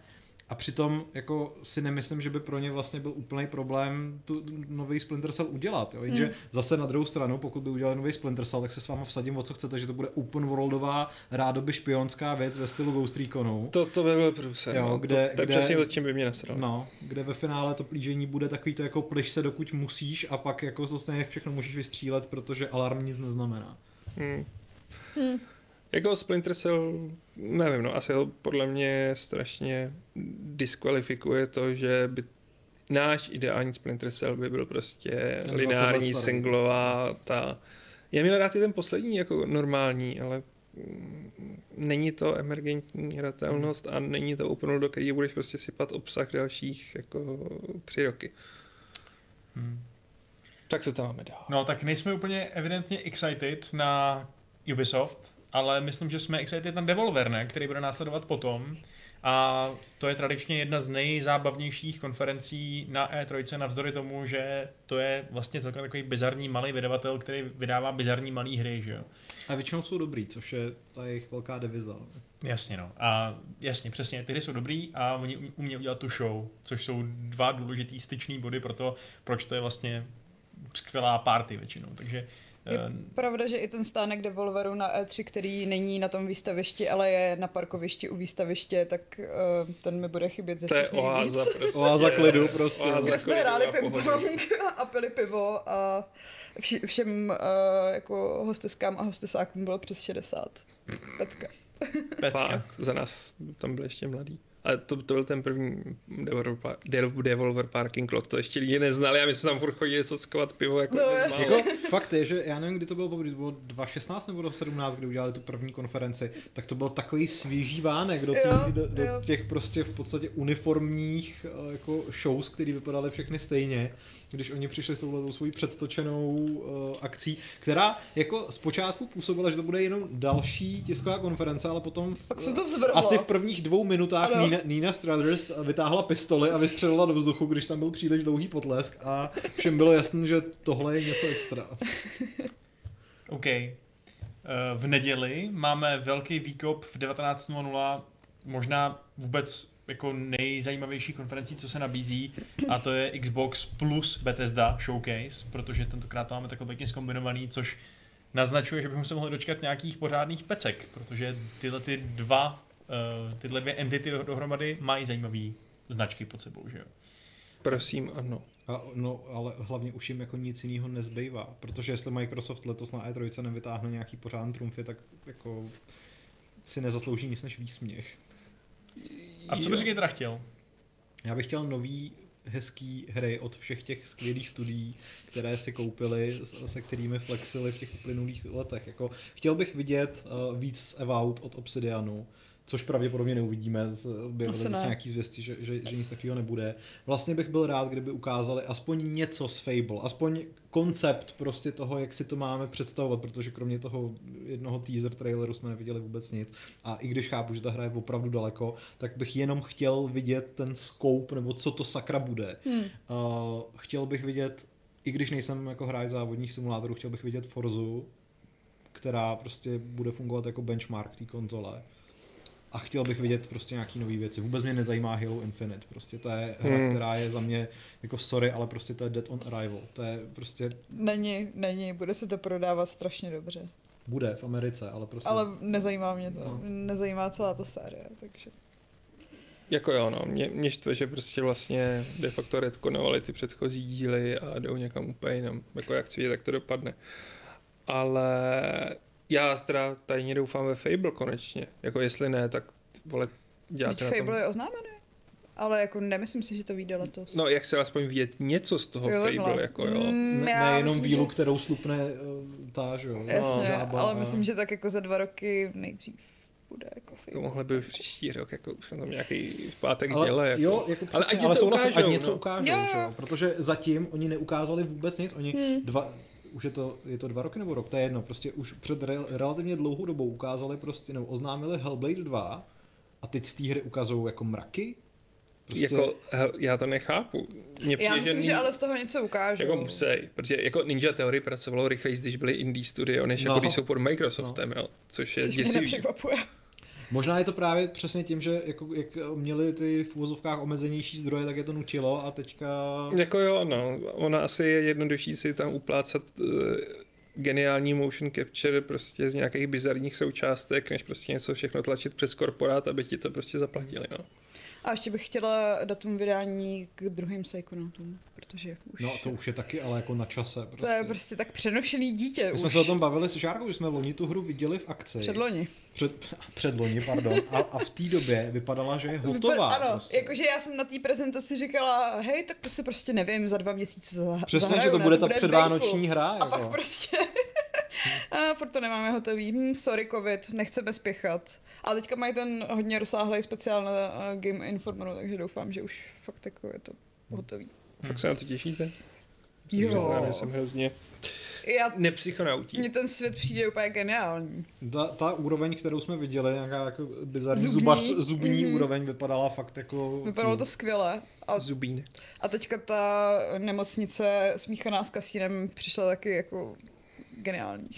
S3: A přitom jako si nemyslím, že by pro ně vlastně byl úplný problém tu nový Splinter Cell udělat. Jo? Jenže zase na druhou stranu, pokud by udělali nový Splinter Cell, tak se s váma vsadím o co chcete, že to bude open worldová, rádoby špionská věc ve stylu Ghost Reconu.
S2: To, to by byl průser,
S3: Jo,
S2: no.
S3: kde-
S2: to, to je
S3: kde-
S2: přesně to, čím by mě nasralo.
S3: No, kde ve finále to plížení bude takový to jako pliš se dokud musíš a pak jako to stejně všechno můžeš vystřílet, protože alarm nic neznamená.
S2: Hmm. Jako Splinter Cell, nevím, no asi ho podle mě strašně diskvalifikuje to, že by náš ideální Splinter Cell by byl prostě
S3: Ten 20
S2: lineární,
S3: let starý.
S2: singlová, ta... Já měl rád i ten poslední jako normální, ale mm, není to emergentní hratelnost a není to open world, do který budeš prostě sypat obsah dalších jako tři roky.
S1: Hmm.
S2: Tak se tam máme dál.
S1: No, tak nejsme úplně evidentně excited na Ubisoft, ale myslím, že jsme excited na Devolver, ne? který bude následovat potom. A to je tradičně jedna z nejzábavnějších konferencí na E3, navzdory tomu, že to je vlastně celkem takový bizarní malý vydavatel, který vydává bizarní malý hry, že jo.
S3: A většinou jsou dobrý, což je ta jejich velká deviza.
S1: Jasně, no. A jasně, přesně, ty hry jsou dobrý a oni um- umějí udělat tu show, což jsou dva důležitý styční body pro to, proč to je vlastně skvělá party většinou. Takže
S4: Je
S1: eh,
S4: pravda, že i ten stánek Devolveru na E3, který není na tom výstavišti, ale je na parkovišti u výstaviště, tak eh, ten mi bude chybět ze
S2: To je
S4: všech nejvíc.
S2: oáza prostě.
S3: Oáza klidu prostě.
S2: Oáza
S4: Kde jsme
S2: klidu
S4: hráli
S2: a pohody.
S4: ping-pong a pili pivo a vši- všem eh, jako hosteskám a hostesákům bylo přes 60. Pecka.
S1: pecka.
S2: Fakt, za nás tam byl ještě mladý. Ale to, to byl ten první Devolver, Par- Dev- Devolver Parking Lot, to ještě lidi neznali a my jsme tam furt chodili sockovat pivo jako
S4: No,
S2: no,
S4: jasně.
S2: jako...
S3: Jako, fakt je, že já nevím, kdy to bylo poprvé, to bylo 2016 nebo 2017, kdy udělali tu první konferenci, tak to byl takový svěží vánek do, tý,
S4: Jo,
S3: do, do
S4: jo.
S3: těch prostě v podstatě uniformních eh, jako shows, které vypadaly všechny stejně, když oni přišli s touhletou svojí předtočenou eh, akcí, která jako zpočátku působila, že to bude jenom další tisková konference, ale potom v-
S4: Pak se to zvrhlo.
S3: asi v prvních dvou minutách
S4: Ano.
S3: Nina, Nina Struthers vytáhla pistoli a vystřelila do vzduchu, když tam byl příliš dlouhý potlesk a všem bylo jasné, že tohle je něco extra.
S1: OK. Eh, V neděli máme velký výkop v 19.00, možná vůbec jako nejzajímavější konferencí, co se nabízí, a to je Xbox plus Bethesda Showcase, protože tentokrát to máme takhle pěkně zkombinovaný, což naznačuje, že bychom se mohli dočkat nějakých pořádných pecek, protože tyhle ty dva, eh, tyhle dvě entity do- dohromady mají zajímavé značky pod sebou, že jo?
S2: Prosím, ano.
S3: A, no, ale hlavně už jim jako nic jiného nezbývá, protože jestli Microsoft letos na E3 nevytáhne nějaký pořádný trumfy, tak jako si nezaslouží nic než výsměch.
S1: A co
S2: Jo.
S1: bys teda chtěl?
S3: Já bych chtěl nový hezký hry od všech těch skvělých studií, které si koupili, s- se kterými flexili v těch uplynulých letech. Jako, chtěl bych vidět uh, víc z Evout od Obsidianu, což pravděpodobně neuvidíme, z- objevily
S4: Asi ne.
S3: zase nějaký zvěsti, že, že, že nic takového nebude. Vlastně bych byl rád, kdyby ukázali aspoň něco z Fable, aspoň koncept prostě toho, jak si to máme představovat, protože kromě toho jednoho teaser traileru jsme neviděli vůbec nic. A i když chápu, že ta hra je opravdu daleko, tak bych jenom chtěl vidět ten scope, nebo co to sakra bude.
S4: Hmm.
S3: Uh, chtěl bych vidět, i když nejsem jako hráč závodních simulátorů, chtěl bych vidět Forzu, která prostě bude fungovat jako benchmark té konzole. A chtěl bych vidět prostě nějaký nové věci. Vůbec mě nezajímá Halo Infinite. Prostě to je hra,
S2: Hmm.
S3: hmm. která je za mě jako sorry, ale prostě to je Dead on Arrival. To je prostě
S4: Není, není, bude se to prodávat strašně dobře.
S3: bude v Americe, ale prostě
S4: Ale nezajímá mě to,
S3: No.
S4: nezajímá celá ta série, takže.
S2: Jako jo, no, mě, mě štve, že prostě vlastně de facto retkonovali ty předchozí díly a jdou někam úplně jinam. Jako jak chci vidět, jak to dopadne. Ale já teda tajně doufám ve Fable konečně. Jako jestli ne, tak vole,
S4: Já
S2: děláte
S4: Teď Fable je oznámený, ale jako nemyslím si, že to vyjde letos.
S2: No, jak se aspoň vidět něco z toho
S4: Jo,
S2: jo,
S4: takhle.
S2: Fable, jako jo.
S4: Mm,
S3: ne,
S4: já
S3: nejenom
S4: myslím,
S3: bílu,
S4: že-
S3: kterou slupne eh, ta, že jo,
S4: Jasně,
S3: žába
S4: ale
S3: a-
S4: myslím, že tak jako za dva roky nejdřív bude jako
S2: To
S4: Fable.
S2: mohlo by už příští rok, jako už jsem tam nějaký v pátek
S3: ale,
S2: děle. Jako.
S3: Jo, jako přesně,
S2: ale
S3: ale
S2: ať něco
S3: ale souhlasím,
S2: ukážou,
S3: ať něco
S2: no.
S3: ukážou,
S4: Jo,
S3: že
S4: jo.
S3: jo. protože zatím oni neukázali vůbec nic, oni
S4: Hmm.
S3: dva, už je to, je to dva roky nebo rok, to je jedno, prostě už před re, relativně dlouhou dobou ukázali prostě, nebo oznámili Hellblade 2 a teď z té hry ukazují jako mraky, prostě,
S2: Jako, hel, já to nechápu. Mně
S4: Já
S2: přijde,
S4: myslím, že ale z toho něco ukážu.
S2: Jako musej, protože jako Ninja Theory pracovalo rychleji, když byly indie studio, než jako
S3: No.
S2: když jsou pod Microsoftem, jo. Což je
S4: což mě
S2: děsivý.
S4: nepřekvapuje.
S3: Možná je to právě přesně tím, že jako, jak měli ty v úvozovkách omezenější zdroje, tak je to nutilo a teďka...
S2: Jako jo, no. Ona asi je jednodušší si tam uplácat uh, geniální motion capture prostě z nějakých bizarních součástek, než prostě něco všechno tlačit přes korporát, aby ti to prostě zaplatili, no.
S4: A ještě bych chtěla datum vydání k druhým Psychonautům, protože už...
S3: No to už je taky ale jako na čase. Prostě.
S4: to je prostě tak přenošený dítě
S3: My
S4: už.
S3: jsme se o tom bavili s Žárkou, že jsme loni tu hru viděli v akci.
S4: Předloni.
S3: Před, předloni, pardon. A, a v té době vypadala, že je hotová.
S4: Vypadá- Ano,
S3: prostě.
S4: jakože já jsem na té prezentaci říkala, hej, tak to si prostě nevím, za dva měsíce za,
S3: Přesně,
S4: zahraju,
S3: že to
S4: ne,
S3: bude ta
S4: venku.
S3: předvánoční hra.
S4: A pak
S3: jako.
S4: prostě... a furt to nemáme hotový. Hm, sorry covid, nechceme spěchat. A teďka mají ten hodně rozsáhlý speciál na eh, Game Informeru, takže doufám, že už fakt jako je to hotový.
S3: Hmm.
S2: Fakt se na to těšíte?
S4: Jo.
S2: No. Přiznám, že jsem hrozně
S4: Já,
S2: nepsychonautí.
S4: mně ten svět přijde úplně geniální.
S3: Ta, ta úroveň, kterou jsme viděli, nějaká jako bizarní
S4: Zubní.
S3: zuba, zubní
S4: Mhm.
S3: úroveň, vypadala fakt jako...
S4: Vypadalo to skvěle. A,
S2: Zubín.
S4: a teďka ta nemocnice smíchaná s kasínem přišla taky jako geniální.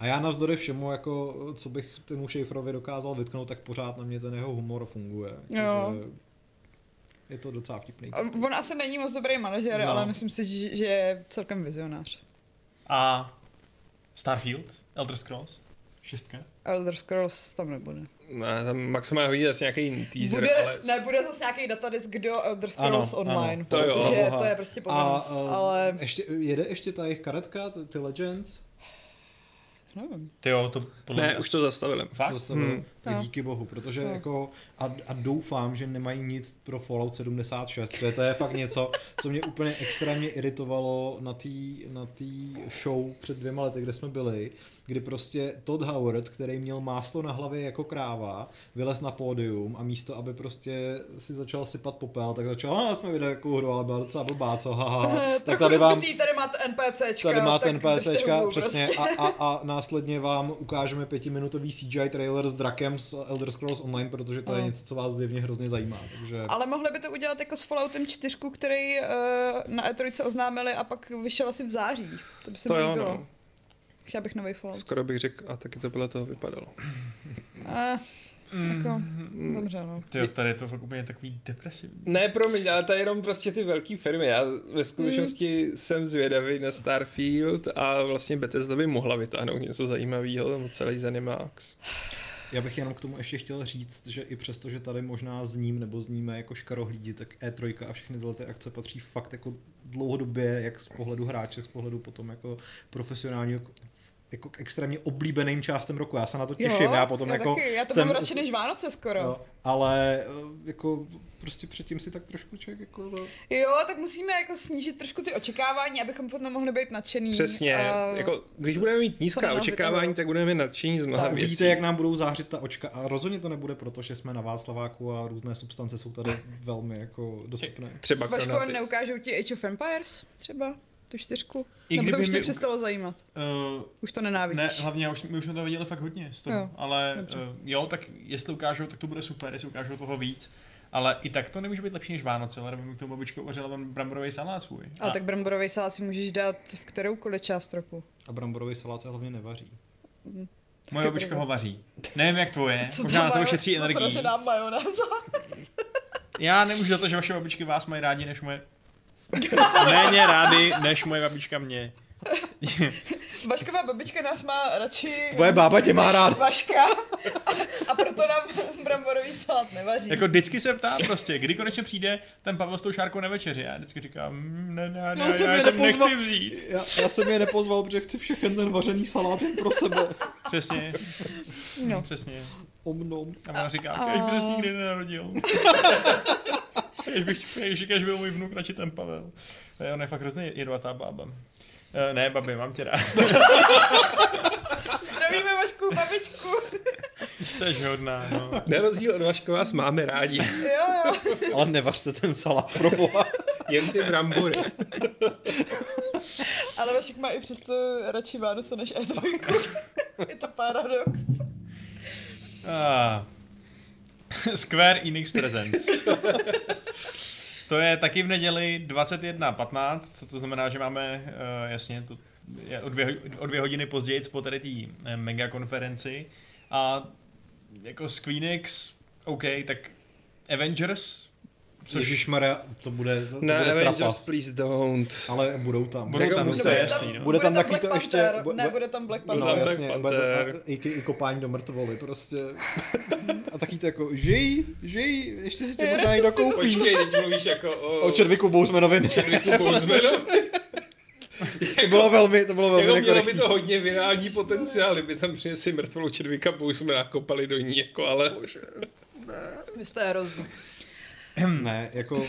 S3: A já navzdory všemu, jako, co bych tomu Schaeferovi dokázal vytknout, tak pořád na mě ten jeho humor funguje.
S4: Jo.
S3: Takže Je to docela vtipný.
S4: A On asi není moc dobrý manažer,
S3: No.
S4: ale myslím si, že- že je celkem vizionář.
S1: A Starfield, Elder Scrolls, šestka.
S4: Elder Scrolls tam nebude.
S2: Ne, tam maximálně hodí zase nějaký jiný teaser,
S4: bude,
S2: ale...
S4: Nebude zase nějaký datadisk do Elder Scrolls
S3: Ano,
S4: online,
S3: ano,
S2: to jo.
S4: protože
S3: Boha.
S4: to je prostě
S3: A,
S4: povinnost,
S3: eh,
S4: ale
S3: ještě, jede ještě ta jejich karetka, ty, ty Legends?
S4: nevím.
S1: Ty jo, to podle
S2: Ne,
S1: mě
S2: už
S1: asi-
S2: to zastavili.
S1: Fakt?
S3: Co jste byl?
S2: Hmm.
S3: Tak
S4: No.
S3: díky bohu, protože
S4: No.
S3: jako a, a, doufám, že nemají nic pro Fallout 76, protože to je fakt něco, co mě úplně extrémně iritovalo na té na tý show před dvěma lety, kde jsme byli, kdy prostě Todd Howard, který měl máslo na hlavě jako kráva, vylez na pódium a místo, aby prostě si začal sypat popel, tak začal, a jsme vydali jako hru, ale byla docela blbá, co, haha. tak
S4: Eh, Trochu
S3: no, tady vám,
S4: rozbitý, tady máte NPCčka,
S3: Tady máte
S4: tak držte
S3: NPCčka,
S4: hubu
S3: přesně,
S4: Prostě.
S3: a, a, a následně vám ukážeme pětiminutový CGI trailer s drakem z Elder Scrolls Online, protože to je
S4: Ano.
S3: něco, co vás zjevně hrozně zajímá, takže...
S4: Ale mohli by to udělat jako s Falloutem 4, který uh, na E3 oznámili a pak vyšel asi v září. To by se
S2: To
S4: mi
S2: jo,
S4: líbilo.
S2: no.
S4: Chtěla bych nový Fallout.
S2: Skoro bych řekl, a taky to bylo toho vypadalo.
S4: Eh, jako, dobře, no.
S1: Ty jo, tady je to fakt úplně takový depresivní.
S2: Ne, promiň, ale to je jenom prostě ty velké firmy. Já ve skutečnosti hmm. jsem zvědavý na Starfield a vlastně Bethesda by mohla vytáhnout něco zajímavého, tam celý Zenimax.
S3: Já bych jenom k tomu ještě chtěl říct, že i přesto, že tady možná zním nebo zníme jako škarohlídi, tak E3 a všechny tyhle ty akce patří fakt jako dlouhodobě, jak z pohledu hráče, tak z pohledu potom jako profesionálního jako k extrémně oblíbeným částem roku. Já se na to těším, já potom
S4: já
S3: jako
S4: Taky, já to
S3: jsem-
S4: jsem, mám radši než Vánoce skoro.
S3: Jo,
S4: Jo.
S3: ale eh, jako prostě předtím si tak trošku člověk jako... za-
S4: jo, tak musíme jako snížit trošku ty očekávání, abychom potom mohli být nadšený.
S2: Přesně,
S4: Hmm, a-
S2: jako když budeme mít nízká
S4: na nás
S2: očekávání,
S4: vytáhlo.
S2: tak budeme nadšení z mnoha
S4: Tak,
S2: věcí.
S3: Vidíte, jak nám budou zářit ta očka a rozhodně to nebude proto, že jsme na Václaváku a různé substance jsou tady velmi jako dostupné.
S2: Třeba
S4: Vašku,
S2: kronaty.
S4: neukážou ti Age of Empires třeba? Tu čtyřku?
S1: I
S4: I Nebo to
S1: kdyby
S4: už tě
S1: mi-
S4: přestalo zajímat?
S1: Uh,
S4: Už to
S1: ne,
S4: nenávidíš.
S1: hlavně já už, my už jsme to viděli fakt hodně z toho,
S4: Jo,
S1: ale
S4: dobře.
S1: uh, jo, tak jestli ukážou, tak to bude super, jestli ukážou toho víc. Ale i tak to nemůže být lepší než Vánoce, ale nevím, k tomu babička uvařila vám bramborový salát svůj.
S4: ale tak bramborový salát si můžeš dát v kteroukoliv část roku.
S3: A bramborový salát se hlavně nevaří.
S1: moje babička ho vaří. Nevím, jak tvoje,
S4: tam
S1: možná na to
S4: majo-
S1: ušetří
S4: zase
S1: energii.
S4: radši dám majonéza.
S1: Já nemůžu za to, že vaše babičky vás mají rádi, než moje... Méně rádi, než moje babička mě.
S4: Vašková babička nás má radši...
S3: Tvoje bába tě má rád.
S4: Vaška. A proto nám bramborový salát nevaří.
S1: Jako vždycky se ptá prostě, kdy konečně přijde ten Pavel s tou šárkou na večeři. Já vždycky říkám, "Mm, ne, ne, ne,
S3: Já jsem
S1: já, já
S3: je
S1: jsem
S3: nepozval."
S1: nechci vzít.
S3: Já, já jsem je nepozval, protože chci všechen ten vařený salát jen pro sebe.
S1: Přesně,
S4: No.
S1: přesně.
S3: Omnom.
S1: A ona říká,
S4: a-
S1: když by se nikdy nenarodil. Když bych, když, když byl můj vnuk, radši ten Pavel. Ne, Ona je fakt hrozně jedvatá bába. Eh, Ne, babi, mám tě rád,
S4: Zdravíme Vašku babičku.
S1: jsi hodná, no.
S2: Na rozdíl od Vaška vás máme rádi.
S4: Jo, jo.
S3: Ale nevařte ten salát, pro boha.
S2: Jen ty brambory.
S4: Ale Vašek má i přesto radši Vánoce než E3. Je to paradox.
S1: Ah. Square Enix Presents. to je taky v neděli 21.15, to znamená, že máme, eh, jasně, to je o dvě, o dvě hodiny později po tady té eh, megakonferenci. A jako Square Enix, OK, tak Avengers,
S3: Což... Ježišmarja, to bude, to, to
S2: Ne,
S3: bude
S2: Avengers,
S3: trapas.
S2: please don't.
S3: Ale budou tam.
S1: budou
S2: Jako
S1: tam,
S2: musí.
S1: to je jasný, no.
S3: Bude tam taky
S4: Black
S3: to ještě-
S4: Panther.
S3: bu-
S4: Ne,
S3: bu-
S4: bude tam
S3: No,
S4: Black Panther.
S2: Budou tam
S3: jasně,
S2: Black
S3: bude
S2: Panther.
S3: to, i, i kopání do mrtvoly, prostě. A taky to jako, žij, žij, ještě si tě možná někdo koupí.
S2: Počkej, teď mluvíš jako o...
S3: O Červiku Bousmanovi.
S2: Červiku Bousmanu.
S3: To bylo velmi, to bylo velmi
S2: Jako mělo by
S3: nekorektní.
S2: to hodně virální potenciál, kdyby tam přinesli mrtvolu červíka, Bousmana a kopali do ní, jako, ale...
S4: Vy jste hrozný.
S3: Ne, jako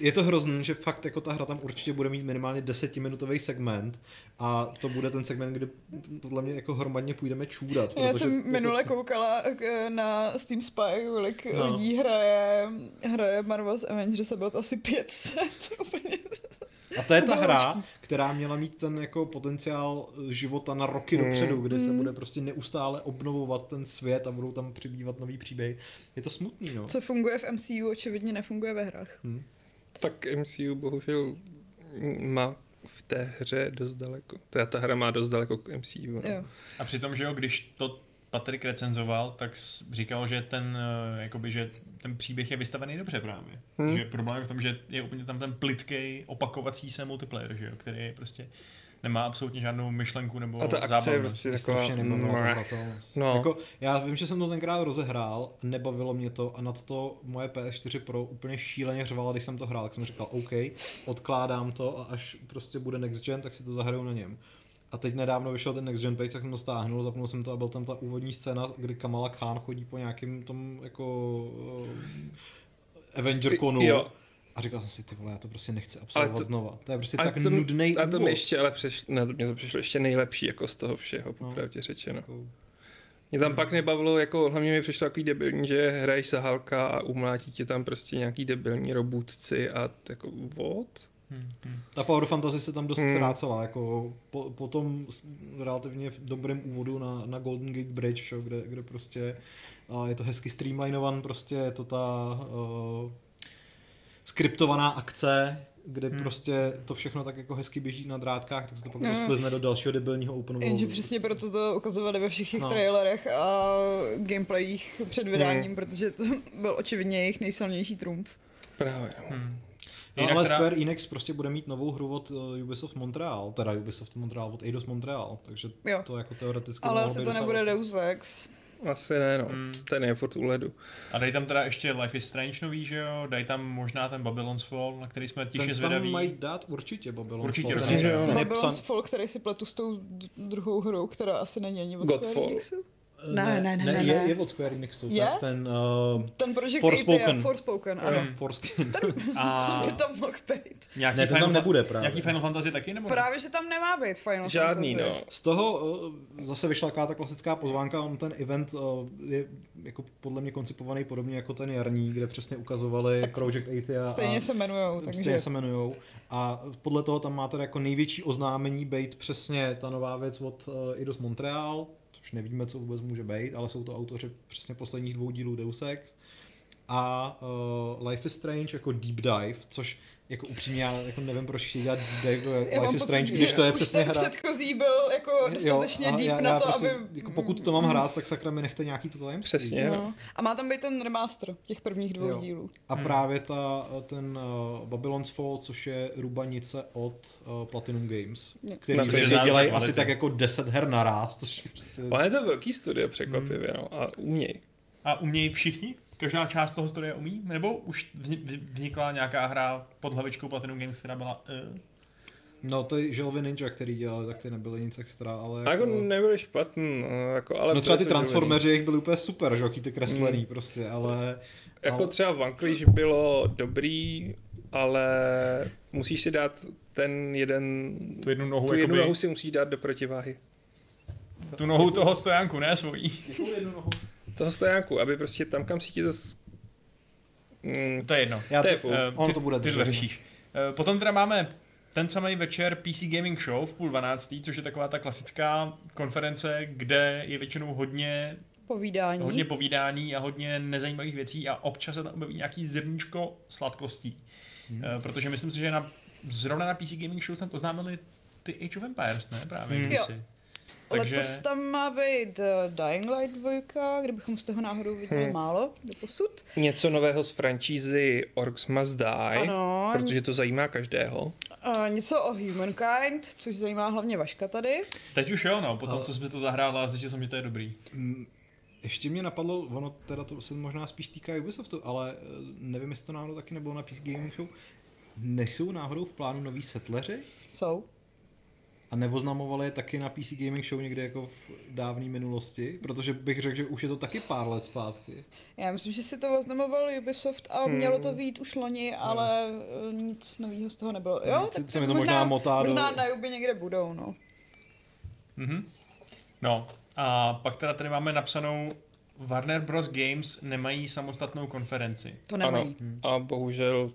S3: je to hrozný, že fakt jako ta hra tam určitě bude mít minimálně desetiminutový segment a to bude ten segment, kdy podle mě jako hromadně půjdeme čůrat.
S4: Já
S3: protože-
S4: jsem minule koukala eh, na Steam Spy, kolik
S1: No.
S4: no. lidí hraje, hraje Marvel's Avengers a bylo to asi 500. Úplně.
S3: A to je ta hra, která měla mít ten jako potenciál života na roky
S2: Mm.
S3: dopředu, kde se bude prostě neustále obnovovat ten svět a budou tam přibývat nový příběhy. Je to smutný, no.
S4: Co funguje v MCU, očividně nefunguje ve hrách.
S2: Tak MCU bohužel má v té hře dost daleko. Teda ta hra má dost daleko k MCU. no.
S4: Jo.
S1: A přitom, že jo, když to Patrik recenzoval, tak s- říkal, že ten, eh, jakoby, že ten příběh je vystavený dobře právě.
S2: Hmm.
S1: Hmm. Že problém je v tom, že je úplně tam ten plitkej, opakovací se multiplayer, že jo, který je prostě nemá absolutně žádnou myšlenku nebo
S2: A
S3: No,
S2: ta akce je
S1: zábavnost.
S2: prostě
S3: Mě
S2: taková...
S3: strašně nebavila ta
S2: Mwah.
S3: fatálnost.
S2: No.
S3: Jako, já vím, že jsem to tenkrát rozehrál, nebavilo mě to a nad to moje PS4 Pro úplně šíleně řvala, když jsem to hrál, tak jsem říkal OK, odkládám to a až prostě bude next gen, tak si to zahraju na něm. A teď nedávno vyšel ten Next Gen Page, tak jsem to stáhnul, zapnul jsem to a byl tam ta úvodní scéna, kdy Kamala Khan chodí po nějakém tom jako eh, Avenger Conu.
S2: Jo.
S3: A říkal jsem si, ty vole, já to prostě nechci absolvovat
S2: to-
S3: znova. To je prostě
S2: A
S3: tak
S2: to-
S3: nudný
S2: A to mi ještě, ale přeš, ne, to mě to přišlo ještě nejlepší jako z toho
S3: No.
S2: všeho, popravdě řečeno.
S3: Jako-
S2: Mě tam pak nebavilo, jako hlavně mi přišlo takový debilní, že hraješ za Halka a umlátí tě tam prostě nějaký debilní robůtci a t- jako what?
S1: Hmm, hmm.
S3: Ta Power Fantasy se tam dost
S2: Hmm.
S3: hmm. zrácela, jako po, po tom s- relativně v dobrém úvodu na, na Golden Gate Bridge, jo, kde, kde prostě a je to hezky streamlinovan, prostě je to ta uh, skriptovaná akce, kde hmm. prostě to všechno tak jako hezky běží na drátkách, tak se to pak
S4: No.
S3: rozplizne do dalšího debilního open
S4: Jenže
S3: worldu.
S4: přesně proto to ukazovali ve všech těch
S3: No.
S4: trailerech a gameplayích před vydáním, protože to byl očividně jejich nejsilnější trumf.
S2: Právě. no.
S3: No,
S1: Jinak
S3: ale
S1: teda-
S3: Square Enix prostě bude mít novou hru od eh, Ubisoft Montreal, teda Ubisoft Montreal od Eidos Montreal, takže
S4: Jo.
S3: to jako teoreticky
S4: Ale
S3: mohlo
S4: asi
S3: být
S4: to
S3: docela
S4: nebude
S3: velký.
S4: Deus Ex.
S2: Asi ne, no.
S1: Mm.
S2: Ten je furt u ledu.
S1: A dej tam teda ještě Life is Strange nový, že jo, dej tam možná ten Babylon's Fall, na který jsme tiše
S3: Ten
S1: zvědaví.
S3: tam mají dát určitě Babylon.
S1: Určitě,
S3: Fall.
S1: myslím,
S3: Ten je-
S2: že jo,
S3: ten je
S4: Babylon's
S3: psan-
S4: Fall, který si pletu s tou d- druhou hrou, která asi není ani od
S2: Godfall.
S4: Square Enixu. Ne, ne, ne, ne,
S3: je,
S4: ne.
S3: je od Square Enixu.
S4: Je?
S3: Tak ten uh,
S4: Ten Project
S3: Forspoken.
S4: API, Forspoken, ano.
S3: hmm. Forskin.
S1: A
S4: By tam mohl být.
S1: nějaký
S3: Ne, ten tam
S1: Final-
S3: nebude právě.
S1: Nějaký Final Fantasy taky nebo ne?
S4: Právě, že tam nemá být Final
S2: Žádný,
S4: Fantasy.
S2: no.
S3: Z toho eh, zase vyšla taková ta klasická pozvánka, on ten event eh, je jako podle mě koncipovaný podobně jako ten jarní, kde přesně ukazovali tak Project ATA.
S4: Stejně
S3: a,
S4: se jmenujou, No, takže...
S3: Stejně Prostě se jmenujou. A podle toho tam má teda jako největší oznámení být přesně ta nová věc od eh, Eidos Montreal, což nevíme, co vůbec může být, ale jsou to autoři přesně posledních dvou dílů Deus Ex. A uh, Life is Strange jako deep dive, což jako upřímně já jako nevím, proč chtějí dělat deep dive do
S4: Já mám
S3: Life is
S4: pocit,
S3: Strange,
S4: že
S3: když to je
S4: už
S3: přesně
S4: ten
S3: hra.
S4: předchozí byl jako dostatečně
S3: a
S4: deep na to, aby... Mhm.
S3: Jako pokud to mám hrát, tak sakra mi nechte nějaký to tajemství.
S2: Přesně.
S4: No. A má tam být ten remaster těch prvních dvou
S3: Jo.
S4: dílů.
S3: A
S2: Hmm.
S3: právě ta, ten uh, Babylon's Fall, což je rubanice od uh, Platinum Games,
S4: Jo.
S3: který
S2: Na což
S3: že
S2: je
S3: dělají
S1: zároveň
S3: asi
S1: kvalita.
S3: tak jako 10 her naraz, což prostě...
S2: Ale je to velký studio překvapivě, no. A uměj.
S1: A umějí všichni? Každá část toho studia umí? Nebo už vzni- vz- vznikla nějaká hra pod hlavičkou Platinum Games, která byla... Uh,
S3: No ty želvy Ninja, který dělali, tak ty nebyly nic extra, ale...
S2: A jako nebyl špatný, no, jako, ale...
S3: no třeba ty
S2: bylo to
S3: Transformeři, jich byly úplně super, že jo, jaký ty kreslený
S2: Mm.
S3: prostě, ale...
S2: Jako
S3: ale-
S2: třeba Vanquish bylo dobrý, ale musíš si dát ten jeden...
S1: tu jednu nohu,
S2: Tu jednu
S1: jakoby-
S2: nohu si musíš dát do protiváhy.
S1: tu nohu toho stojánku, ne svojí.
S2: Toho stojánku, aby prostě tam, kam si ti to... s- Mm,
S1: To je jedno.
S3: Já
S2: to je
S3: to,
S2: fuk.
S1: Eh,
S3: on to bude
S1: ty to
S3: držet, no.
S1: řešíš. Eh, Potom teda máme ten samý večer PC Gaming Show v půl dvanáctý, což je taková ta klasická konference, kde je většinou hodně,
S4: Povídání.
S1: hodně povídání a hodně nezajímavých věcí a občas se tam objeví nějaký zrničko sladkostí. Hmm. Protože myslím si, že na, zrovna na PC Gaming Show tam to oznámili ty Age of Empires, ne? Právě
S2: Hmm.
S1: hmm.
S4: Jo.
S1: si.
S4: Takže... Letos tam má být eh, Dying Light 2, kdybychom z toho náhodou viděli
S2: Hmm.
S3: Hm.
S4: hmm. málo do posud.
S2: Něco nového z franšízy Orcs Must Die,
S4: Ano.
S2: protože to zajímá každého.
S4: Uh, něco o Humankind, což zajímá hlavně Vaška tady.
S1: Teď už jo, no, potom
S3: Ale-
S1: co jsme to zahrála a zjistil jsem, že to je dobrý.
S3: Mm, Ještě mě napadlo, ono teda to se možná spíš týká Ubisoftu, ale eh, nevím, jestli to náhodou taky nebylo na PC Gaming Show. Nejsou náhodou v plánu noví setleři?
S4: Jsou.
S3: A neoznamovali je taky na PC Gaming Show někde jako v dávné minulosti? Protože bych řekl, že už je to taky pár let zpátky.
S4: Já myslím, že si to oznamoval Ubisoft a
S3: Hm.
S2: Hmm.
S4: hmm. mělo to být už loni, ale eh, nic nového z toho nebylo. Jo,
S3: Hm, se-
S4: tak
S3: se mi to možná motá do-
S4: možná na Ubi někde budou, no.
S1: Mhm. No a pak teda tady máme napsanou Warner Bros. Games nemají samostatnou konferenci.
S4: To nemají.
S2: Ano. A bohužel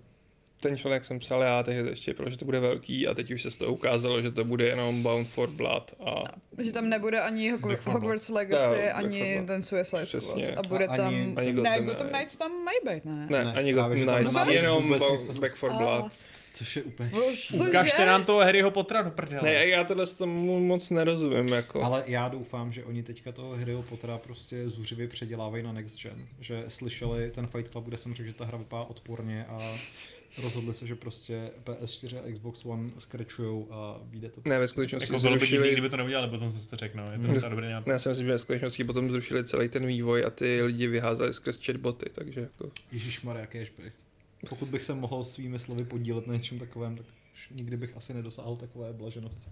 S2: ten článek jsem psal já, tehdy to ještě bylo, že to bude velký a teď už se z toho ukázalo, že to bude jenom Bound for Blood a
S4: Že tam nebude ani
S3: Back
S4: Hog-
S3: for Blood.
S4: Hogwarts
S2: Jo,
S4: Legacy,
S2: Back for
S4: ani
S2: Blood.
S4: ten Suicide
S2: Přesně.
S4: Squad. A bude
S3: A ani-
S4: tam...
S2: ani
S4: ne,
S2: Gotham
S4: Gotham
S2: Knights.
S4: Knights tam mají být, ne?
S2: ne,
S3: Ne,
S2: ani
S3: právě, že
S2: Gotham
S3: to
S2: Knights,
S4: nemáš
S2: jenom
S3: vůbec nic
S2: Bound,
S3: z toho.
S2: Back for
S4: A-
S2: Blood.
S3: Což je úplně...
S2: No,
S4: Cože?
S1: Ukažte nám toho Harryho Pottera do prdele. Jako
S2: Ne, já tohle tomu moc nerozumím, jako.
S3: Ale já doufám, že oni teďka toho Harryho Pottera prostě zuřivě předělávají na next gen. Že slyšeli ten Fight Club, kde jsem řekl, že ta hra vypadá odporně a rozhodli se, že prostě PS4 a Xbox One skrečujou a vyjde to.
S2: Ne, ve skutečnosti
S1: Jako bylo by divný, kdyby to neudělali, potom co jste řekl, no. Je to docela dobrý nápad.
S2: Já si myslím, že ve skutečnosti potom zrušili celý ten vývoj a ty lidi vyházeli skrz chatboty, takže jako...
S3: Ježišmarja, jakéž by. Pokud bych se mohl svými slovy podílet na něčem takovém, tak už nikdy bych asi nedosáhl takové blaženosti.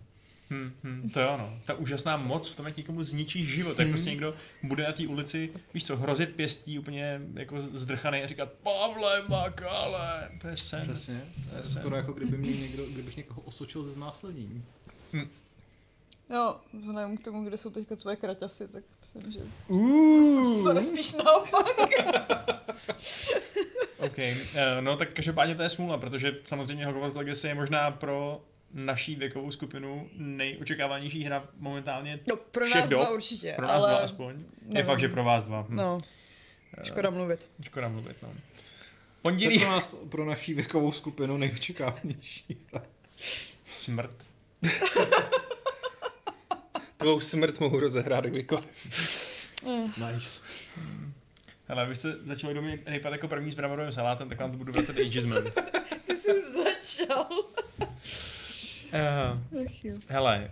S1: Hmm, hmm, to jo, no. Ta úžasná moc v tom, jak někomu zničí život. Jak prostě někdo bude na té ulici, víš co, hrozit pěstí úplně jako zdrchaný a říkat Pavle Makale. To je sen.
S3: Přesně. To je skoro jako kdyby mě někdo, kdybych někoho osočil ze znásilnění.
S4: Jo, vzhledem k tomu, kde jsou teďka tvoje kraťasy, tak myslím, že
S2: Uuu.
S4: stane spíš naopak.
S1: OK, eh, no tak každopádně to je smůla, protože samozřejmě Hogwarts Legacy je možná pro naší věkovou skupinu nejočekávanější hra momentálně.
S4: No, pro
S1: Všech
S4: nás dva
S1: dob.
S4: určitě,
S1: Pro nás
S4: ale...
S1: dva aspoň. Je
S4: nevím.
S1: fakt, že pro vás dva. Hm.
S4: No,
S1: Eh,
S4: škoda mluvit.
S1: Škoda mluvit, no.
S3: To
S1: Pondělí.
S3: je pro nás, pro naší věkovou skupinu nejočekávanější.
S1: Smrt.
S2: Tvou smrt mohu rozehrát jako- kdykoliv.
S3: Nice.
S1: Ale vy jste začali do mě rejpat jako první s bramborovým salátem, tak vám to budu vracet ageismem.
S4: Ty jsi začal.
S1: Eh, Hele,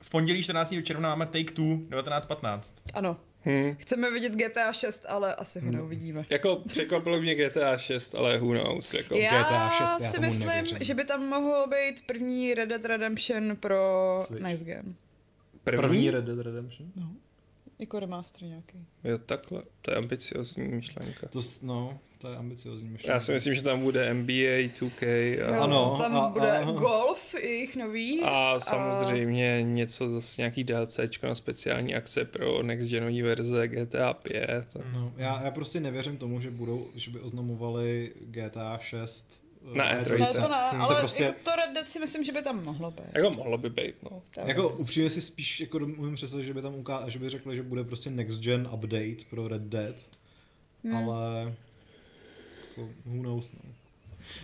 S1: v pondělí 14. června máme Take Two 1915.
S4: Ano,
S2: Hm.
S4: chceme vidět GTA 6, ale asi
S1: Hm.
S4: ho neuvidíme.
S2: Jako překvapilo mě GTA 6, ale who knows, jako.
S4: Já
S3: GTA 6, já
S4: si
S3: tomu
S4: myslím,
S3: nevěřím.
S4: že by tam mohlo být první Red Dead Redemption pro
S3: Switch.
S4: Nice Game.
S3: První Red Dead Redemption?
S4: Jako remaster nějaký.
S2: Jo, takhle. To je ambiciozní myšlenka.
S3: To, s- no, to je ambiciozní myšlenka.
S2: Já si myslím, že tam bude NBA, 2K
S4: Jo,
S2: a,
S3: Ano,
S4: Tam
S3: a-
S4: bude
S3: a-
S4: golf, jejich nový.
S2: a samozřejmě něco zase nějaký DLCčko na speciální akce pro next genový verze GTA 5.
S3: No, já, já prostě nevěřím tomu, že budou, že by oznamovali GTA 6 eh,
S2: Na E
S3: E3.
S2: E3.
S4: ne, to ne,
S3: Hmm.
S4: ale
S3: Se prostě-
S4: jako to Red Dead si myslím, že by tam mohlo být.
S2: Jako mohlo by být, no.
S4: To-
S3: Jako upřímně si spíš jako umím představit, že by tam uká- že by řekli, že bude prostě next gen update pro Red Dead,
S4: Hmm.
S3: ale jako, who knows, no.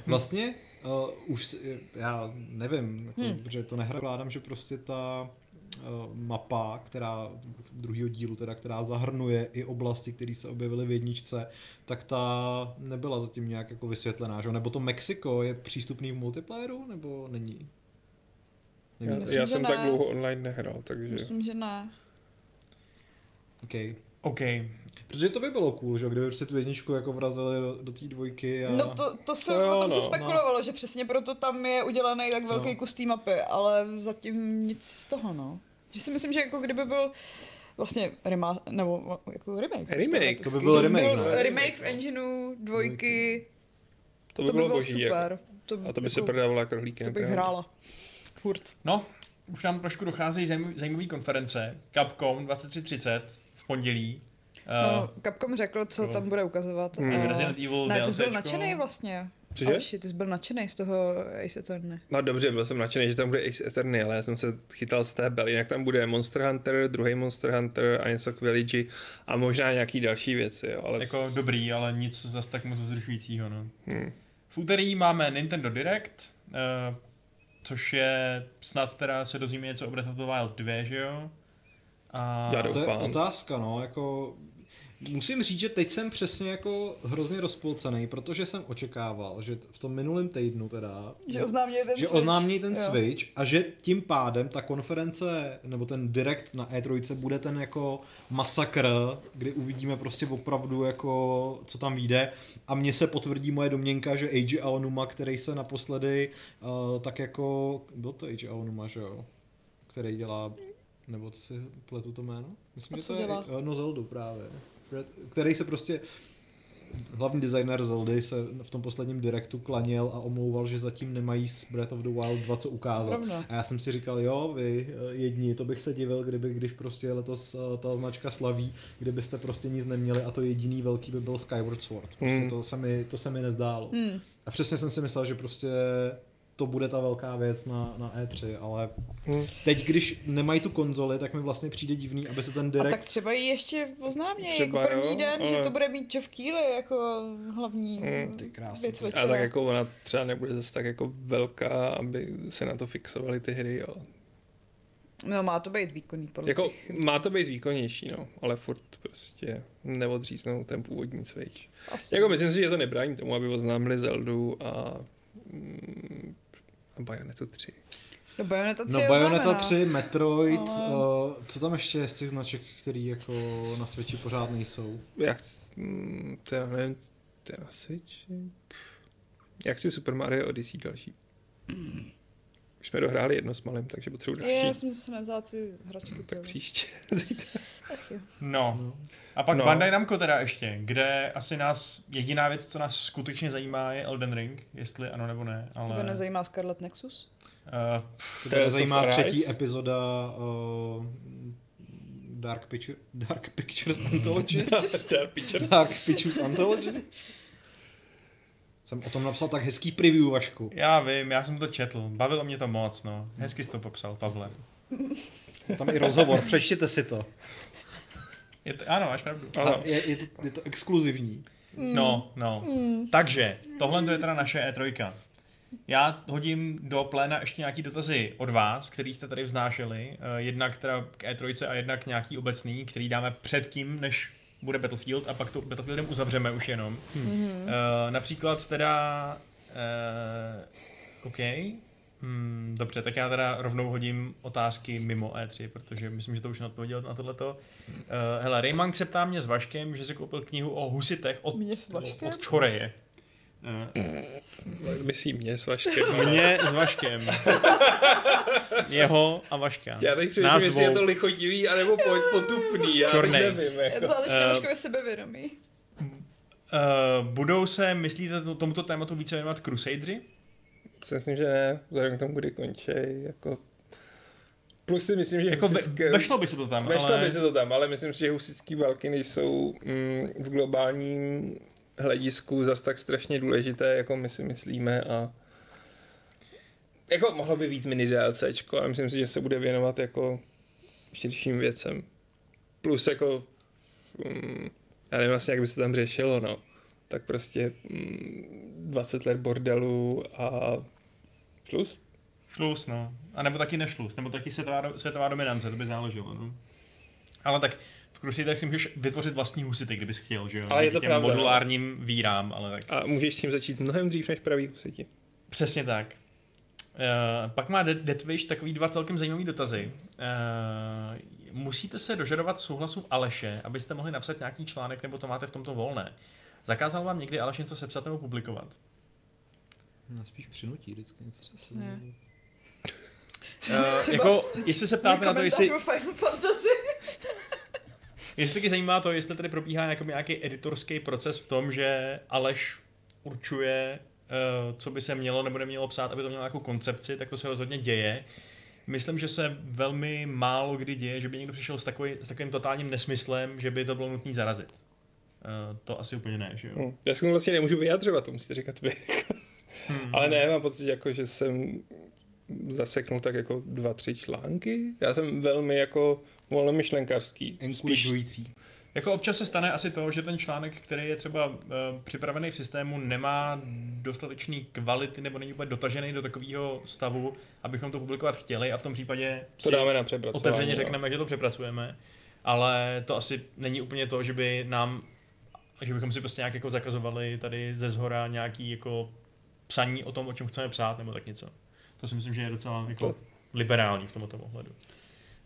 S3: Vlastně uh, už si, já nevím, jako,
S4: Hmm.
S3: hmm. že to nehrávám, že prostě ta uh, mapa, která druhého dílu teda, která zahrnuje i oblasti, které se objevily v jedničce, tak ta nebyla zatím nějak jako vysvětlená, že? jo? Nebo to Mexiko je přístupný v multiplayeru, nebo není?
S2: Já,
S4: Myslím,
S2: já
S4: že
S2: jsem
S4: ne.
S2: tak dlouho online nehrál, takže...
S4: Myslím, že ne.
S3: Okay.
S1: OK.
S3: Protože to by bylo cool, že jo, kdyby prostě tu jedničku jako vrazili do, do té dvojky a...
S4: No to, to se,
S2: To jo,
S4: o tom se
S2: no,
S4: spekulovalo, že přesně proto tam je udělaný tak velký
S3: No.
S4: kus té mapy, ale zatím nic z toho, no. Že si myslím, že jako kdyby byl vlastně rema, nebo jako remake.
S2: Remake,
S4: prostě
S3: to by
S4: automaticky,
S3: byl
S4: že
S3: remake,
S4: byl
S2: ne?
S4: remake v engineu dvojky,
S3: Dvojky.
S2: To by bylo boží, jako.
S4: super. To,
S2: A to by se
S4: jako-
S2: prodávalo jako rohlíky.
S4: To bych
S2: na krámu.
S4: hrála. Furt.
S1: No, už nám trošku docházejí zajímavé konference. Capcom 2330 v pondělí.
S4: No, Capcom řekl, co
S1: no.
S4: tam bude ukazovat.
S2: Hmm.
S1: Uh,
S4: a-
S1: Resident Evil
S4: Ne, ty jsi byl
S1: DLCčko.
S4: nadšený vlastně.
S2: Cože?
S4: Aleši, ty jsi byl nadšený z toho Ace Attorney.
S2: No dobře, byl jsem nadšený, že tam bude Ace Attorney, ale já jsem se chytal z té bel. Jinak tam bude Monster Hunter, druhý Monster Hunter a něco k Village a možná nějaký další věci, jo. Ale
S1: Jako
S2: jako...
S1: dobrý, ale nic zas tak moc vzrušujícího, no.
S2: Hmm.
S1: V úterý máme Nintendo Direct, eh, což je snad teda se dozvíme něco o Breath of the Wild 2, že jo? A
S2: Já
S3: To je
S2: Doufám.
S3: otázka, no, jako... Musím říct, že teď jsem přesně jako hrozně rozpolcený, protože jsem očekával, že t- v tom minulém týdnu teda...
S4: Že oznámí ten
S3: že
S4: Switch.
S3: oznámí ten
S4: Jo.
S3: Switch a že tím pádem ta konference nebo ten direct na E3 bude ten jako masakr, kdy uvidíme prostě opravdu jako co tam vyjde a mně se potvrdí moje domněnka, že Eiji Aonuma, který se naposledy uh, tak jako, byl to Eiji Aonuma, že jo, který dělá, nebo to si pletu to jméno? Myslím,
S4: A
S3: že
S4: co
S3: to je
S4: dělá?
S3: eh, no Zeldu právě, Red- který se prostě hlavní designer Zeldy se v tom posledním direktu klaněl a omlouval, že zatím nemají z Breath of the Wild 2 co ukázat.
S4: Zrovna.
S3: A já jsem si říkal, jo, vy eh, jedni, to bych se divil, kdyby, když prostě letos eh, ta značka slaví, kdybyste prostě nic neměli a to jediný velký by byl Skyward Sword. Prostě
S2: Hmm.
S3: to, se mi, to se mi nezdálo.
S4: Hmm.
S3: A přesně jsem si myslel, že prostě to bude ta velká věc na, na E3, ale
S2: Hmm.
S3: teď, když nemají tu konzoli, tak mi vlastně přijde divný, aby se ten
S4: A
S3: direkt...
S4: tak třeba ji ještě oznámě, jako
S2: Třeba
S4: první
S2: jo,
S4: den, že
S2: ale-
S4: to bude mít Geoff Keighley jako hlavní
S2: Mm.
S4: ty
S3: Hmm, krásy.
S4: věc večera.
S2: A tak jako ona třeba nebude zase tak jako velká, aby se na to fixovaly ty hry, jo.
S4: No má to být výkonný podle
S2: Jako
S4: těch-
S2: má to být výkonnější, no, ale furt prostě neodříznou ten původní Switch.
S4: Asi.
S2: Jako myslím si, že to nebrání tomu, aby oznámili Zeldu a, mm, a Bayonetta 3.
S4: No Bayonetta 3
S3: No
S4: je
S3: Bayonetta
S4: oznámená.
S3: 3, Metroid,
S4: Ale-
S3: ale... co tam ještě je z těch značek, které jako na Switchi pořád nejsou?
S2: Jak, mm, to já nevím, to je na Switch? Jak si Super Mario Odyssey další? Už jsme dohráli jedno s malým, takže potřebuji
S4: Je, já
S2: další.
S4: jsem si nevzala ty hračky.
S2: No, Tak
S4: tyhle.
S2: příště. Zítra.
S4: Ach jo.
S1: No. A pak
S2: No.
S1: no. Bandai Namco teda ještě, kde asi nás, jediná věc, co nás skutečně zajímá, je Elden Ring, jestli ano nebo ne, ale...
S4: Tebe nezajímá Scarlet Nexus?
S1: Uh,
S3: To
S2: Tales
S3: mě
S2: of
S3: zajímá
S2: Arise?
S3: třetí epizoda uh, Dark, Picture, Dark Pictures Anthology.
S2: Star Mm. Pictures.
S3: Dark Pictures Anthology. Jsem o tom napsal tak hezký preview, Vašku.
S1: já vím, já jsem to četl, bavilo mě to moc, no. Hezky jsi to popsal, Pavle.
S3: Tam i rozhovor, přečtěte si to.
S1: Je to, ano, máš pravdu.
S2: Ano.
S3: A Je, je, to, je to exkluzivní.
S1: No, no. Takže, tohle to je teda naše E E3. Já hodím do pléna ještě nějaký dotazy od vás, který jste tady vznášeli. eh, Jednak teda k E3 a jednak nějaký obecný, který dáme předtím, než bude Battlefield a pak to Battlefieldem uzavřeme už jenom.
S4: Mhm.
S1: Hmm. Například teda... eh, OK. Hmm, dobře, tak já teda rovnou hodím otázky mimo E3, protože myslím, že to už jsem odpověděl na tohleto. Uh, hele, Rayman se ptá mě s Vaškem, že si koupil knihu o husitech od,
S4: Mě s Vaškem?
S1: od Čoreje.
S2: Myslím mě s Vaškem.
S1: Eh, Mě s Vaškem. Jeho a Vaška.
S2: Já teď přemýšlím,
S1: Nás
S2: jestli je
S1: dvou.
S2: to lichotivý, anebo po- potupný, já teď
S1: Čornej.
S2: nevím. Jako.
S4: Záleží
S1: Eh,
S4: na Vaškově sebevědomí.
S1: Eh, budou se, myslíte, to- tomuto tématu více věnovat Crusadeři?
S2: Myslím, že ne, vzhledem k tomu, kdy končí, jako... Plus si myslím, že
S1: Jako ve,
S2: husické-
S1: vešlo by se to tam,
S2: Vešlo
S1: ale...
S2: by se to tam, ale myslím si, že husický války nejsou mm, v globálním hledisku zas tak strašně důležité, jako my si myslíme a jako mohlo by být mini DLCčko, ale myslím si, že se bude věnovat jako širším věcem. Plus jako, mm, já nevím vlastně, jak by se tam řešilo, no. Tak prostě mm, 20 let bordelu a plus.
S1: Šlus, no. A nebo taky nešlus, nebo taky světová, do- světová dominance, to by záleželo, no. Ale tak v Crusaderech si můžeš vytvořit vlastní husity, kdybys chtěl, že jo?
S2: Ale je
S1: Díky
S2: to
S1: těm
S2: pravda, no.
S1: modulárním vírám, ale tak.
S2: A můžeš s tím začít mnohem dřív než pravý husiti.
S1: Přesně tak. Uh, pak má De- Detwish takový dva celkem zajímavý dotazy. Uh, musíte se dožadovat souhlasu Aleše, abyste mohli napsat nějaký článek, nebo to máte v tomto volné. Zakázal vám někdy Aleš něco sepsat nebo publikovat?
S3: No, spíš přinutí vždycky něco. se-
S4: Ne.
S1: Uh,
S4: Třeba-
S1: jako, jestli se ptáte na to, jestli,
S4: Komentář o Final Fantasy.
S1: Jestli tě zajímá to, jestli tady probíhá jako nějaký editorský proces v tom, že Aleš určuje, eh, co by se mělo nebo nemělo psát, aby to mělo nějakou koncepci, tak to se rozhodně děje. Myslím, že se velmi málo kdy děje, že by někdo přišel s, takový, s takovým totálním nesmyslem, že by to bylo nutné zarazit. Eh, To asi úplně ne, že jo?
S2: Hm. Já se k tomu vlastně nemůžu vyjadřovat, to musíte říkat vy. Hmm. Ale ne, mám pocit, jako, že jsem zaseknul tak jako dva, tři články. Já jsem velmi jako volnomyšlenkářský. Spíš
S3: Encourageující.
S1: Jako občas se stane asi to, že ten článek, který je třeba eh, připravený v systému, nemá dostatečný kvality nebo není úplně dotažený do takového stavu, abychom to publikovat chtěli a v tom případě
S2: to
S1: si-
S2: dáme na přepracování. no.
S1: otevřeně
S2: jo.
S1: řekneme, že to přepracujeme, ale to asi není úplně to, že by nám, že bychom si prostě nějak jako zakazovali tady ze zhora nějaký jako psaní o tom, o čem chceme psát nebo tak něco. To si myslím, že je docela jako liberální v tomto ohledu.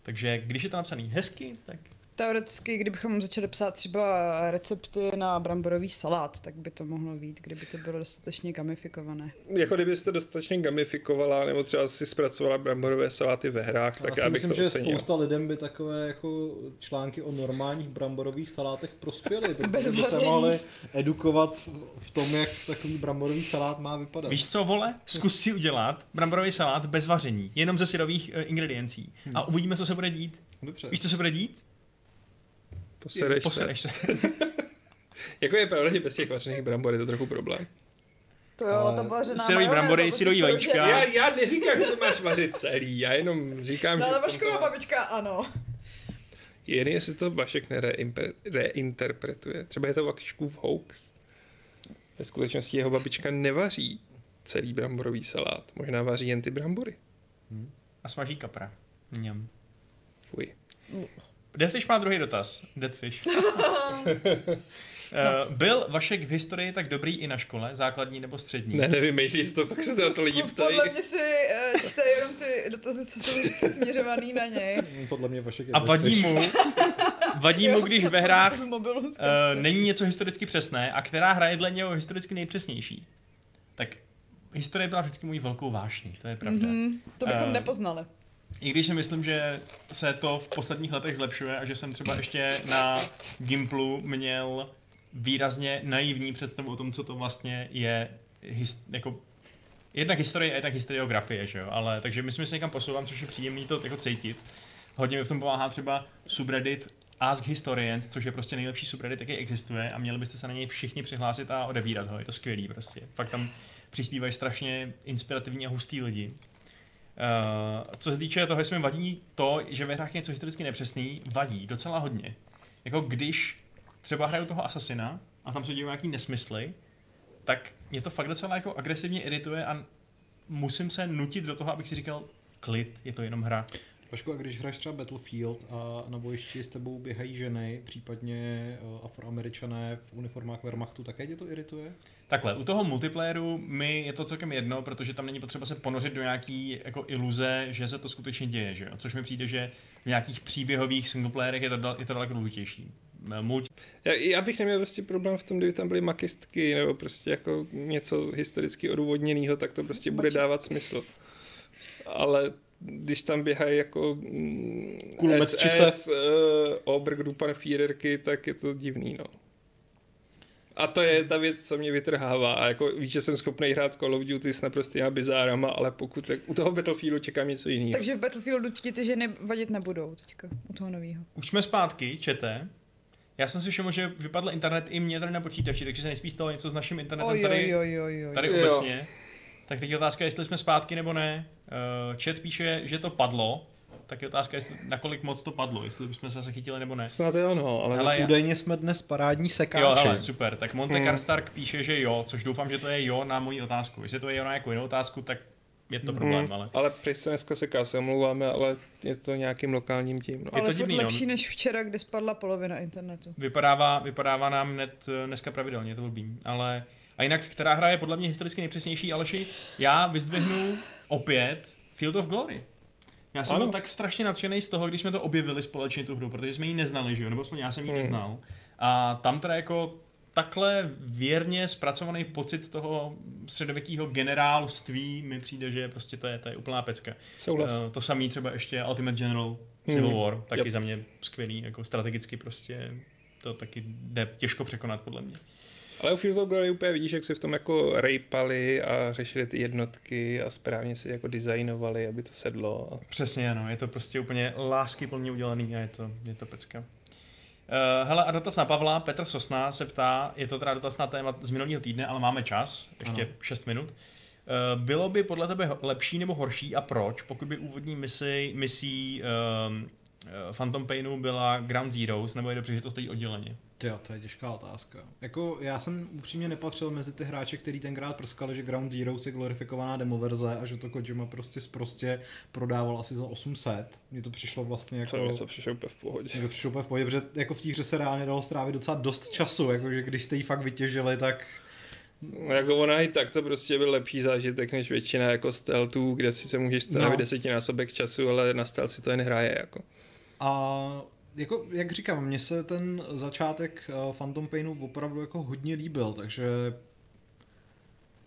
S1: Takže když je to napsaný hezky, tak
S4: teoreticky, kdybychom začali psát třeba recepty na bramborový salát, tak by to mohlo být, kdyby to bylo dostatečně gamifikované.
S2: Jako kdybyste dostatečně gamifikovala, nebo třeba si zpracovala bramborové saláty ve
S3: No,
S2: hrách, tak
S5: já
S2: já,
S5: si
S2: bych
S5: myslím,
S2: to
S5: že
S2: ocenil.
S5: spousta lidem by takové jako články o normálních bramborových salátech prospěly, protože by se
S4: vazení.
S5: mohli edukovat v- v tom, jak takový bramborový salát má vypadat.
S1: Víš co, vole? Zkus si udělat bramborový salát bez vaření, jenom ze syrových eh, ingrediencí.
S2: Hmm.
S1: A uvidíme, co se bude dít.
S5: Dobře.
S1: Víš, co se bude dít?
S2: Posereš, Posereš.
S1: Posereš se.
S2: Se. Jako je pravda, že bez těch vařených brambor je to trochu problém.
S4: To jo,
S5: Ale
S4: ale to byla řená
S1: syrový
S4: majonéza,
S1: brambory,
S4: to si
S1: syrový
S4: to už
S1: vajíčka.
S4: je-
S2: Já, já neříkám, že to máš vařit celý, já jenom říkám,
S4: No,
S2: že...
S4: ale
S2: v tomto-
S4: Vaškova babička ano.
S2: Jen jestli to Vašek nereimpre- reinterpretuje. Třeba je to Vaškův hoax. Ve skutečnosti jeho babička nevaří celý bramborový salát. Možná vaří jen ty brambory.
S1: A smaží kapra. Mňam.
S2: Fuj.
S1: Deadfish má druhý dotaz. Deadfish. Eh, Byl Vašek v historii tak dobrý i na škole, základní nebo střední?
S2: Ne, nevím, jestli se to fakt se to, to lidi ptají.
S4: Podle mě si eh, čte jenom ty dotazy, co jsou směřovaný na něj.
S5: No, Podle mě Vašek je
S1: A vadí mu, vadí mu, když ve hrách
S4: Z mobilu, z kapsy.
S1: uh, není něco historicky přesné a která hra je dle něho historicky nejpřesnější. Tak historie byla vždycky můj velkou vášní, to je pravda. Mm-hmm.
S4: Mhm, to bychom
S1: Eh,
S4: nepoznali.
S1: I když si myslím, že se to v posledních letech zlepšuje a že jsem třeba ještě na Gimplu měl výrazně naivní představu o tom, co to vlastně je his, jako jednak historie a jednak historiografie, že jo? Ale, takže myslím, že se někam posouvám, což je příjemný to jako cítit. Hodně mi v tom pomáhá třeba subreddit Ask Historians, což je prostě nejlepší subreddit, jaký existuje a měli byste se na něj všichni přihlásit a odebírat ho, je to skvělý prostě. Fakt tam přispívají strašně inspirativní a hustý lidi. Uh, co se týče toho, jestli mi vadí to, že ve hrách je něco historicky nepřesný, vadí docela hodně. Jako když třeba hraju toho asasina a tam se dějí nějaký nesmysly, tak mě to fakt docela jako agresivně irituje a musím se nutit do toho, abych si říkal, klid, je to jenom hra.
S5: Vašku, a když hraješ třeba Battlefield a na bojišti s tebou běhají ženy, případně eh, afroameričané v uniformách Wehrmachtu, také tě to irituje?
S1: Takhle, u toho multiplayeru mi je to celkem jedno, protože tam není potřeba se ponořit do nějaký jako iluze, že se to skutečně děje, že jo? Což mi přijde, že v nějakých příběhových singleplayerech je to, dal- je to daleko důležitější. Eh, Multi-
S2: Já, já bych neměl prostě problém v tom, kdyby tam byly makistky nebo prostě jako něco historicky odůvodněného, tak to prostě bude dávat smysl. Ale když tam běhají jako mm,
S5: Kulometčice.
S2: SS, uh, Obergruppenführerky, tak je to divný, no. A to je ta věc, co mě vytrhává. A jako víš, že jsem schopný hrát Call of Duty s naprostýma bizárama, ale pokud tak u toho Battlefieldu čekám něco jiného.
S4: Takže v Battlefieldu ti ty ženy vadit nebudou teďka, u toho nového.
S1: Už jsme zpátky, čete. Já jsem si všiml, že vypadl internet i mě tady na počítači, takže se nejspíš stalo něco s naším internetem tady,
S4: Ojojojojoj.
S1: tady
S2: Jo.
S1: obecně. Tak teď je otázka, jestli jsme zpátky nebo ne. Eh, Chat píše, že to padlo, tak je otázka, jestli, nakolik moc to padlo, jestli bychom se zase chytili nebo ne.
S2: Snad je ono, ale...
S1: Hele, já-
S5: Údajně jsme dnes parádní sekáči.
S1: jo, hele, super. Tak Monte
S2: Hmm.
S1: Karstark píše, že jo, což doufám, že to je jo na moji otázku. Jestli to je jo na jako jinou otázku, tak je to problém,
S2: Mm,
S1: ale...
S2: ale prý se dneska seká, se omlouváme, ale je to nějakým lokálním tím. No.
S1: to
S4: Ale furt
S1: divný, no.
S4: lepší než včera, kde spadla polovina internetu.
S1: Vypadává, vypadává nám net eh, dneska pravidelně, to blbý. Ale, a jinak, která hra je podle mě historicky nejpřesnější, Aleši, já vyzdvihnu opět Field of Glory. Já jsem
S2: Ano.
S1: ano. byl tak strašně nadšený z toho, když jsme to objevili společně tu hru, protože jsme ji neznali, že jo, nebo jsme já jsem ji
S2: Hmm.
S1: neznal. A tam teda jako takhle věrně zpracovaný pocit toho středověkého generálství mi přijde, že prostě to je, to je úplná pecka.
S2: Souhlas.
S1: Eh, To samý třeba ještě Ultimate General Civil
S2: Hmm.
S1: War, taky
S2: Yep.
S1: za mě skvělý, jako strategicky prostě to taky jde těžko překonat podle mě.
S2: Ale u Field of Glory úplně vidíš, jak se v tom jako rejpali a řešili ty jednotky a správně si jako designovali, aby to sedlo. A...
S1: Přesně ano, je to prostě úplně lásky plně udělaný a je to, je to pecka. Uh, hele, a dotaz na Pavla, Petr Sosna se ptá, je to teda dotaz na téma z minulého týdne, ale máme čas, ještě ano. 6 minut. Uh, bylo by podle tebe ho- lepší nebo horší a proč, pokud by úvodní misi, misí um, eh, Phantom Painu byla Ground Zeroes, nebo je dobře, že to stojí odděleně?
S5: Jo, to je těžká otázka. Jako já jsem upřímně nepatřil mezi ty hráče, který tenkrát prskali, že Ground Zero je glorifikovaná demoverze a že to Kojima prostě sprostě prodával asi za 800. Mně to přišlo vlastně jako...
S2: To mi to přišlo úplně v pohodě.
S5: Mě to přišlo úplně v pohodě, protože jako v té hře se reálně dalo strávit docela dost času, jakože když jste ji fakt vytěžili, tak
S2: No, jako ona i tak to prostě byl lepší zážitek než většina jako steltů, kde si se můžeš strávit
S5: No.
S2: no. desetinásobek času, ale na stel si to jen hraje jako.
S5: a
S3: jako, jak říkám, mně se ten začátek eh, Phantom Painu opravdu jako hodně líbil, takže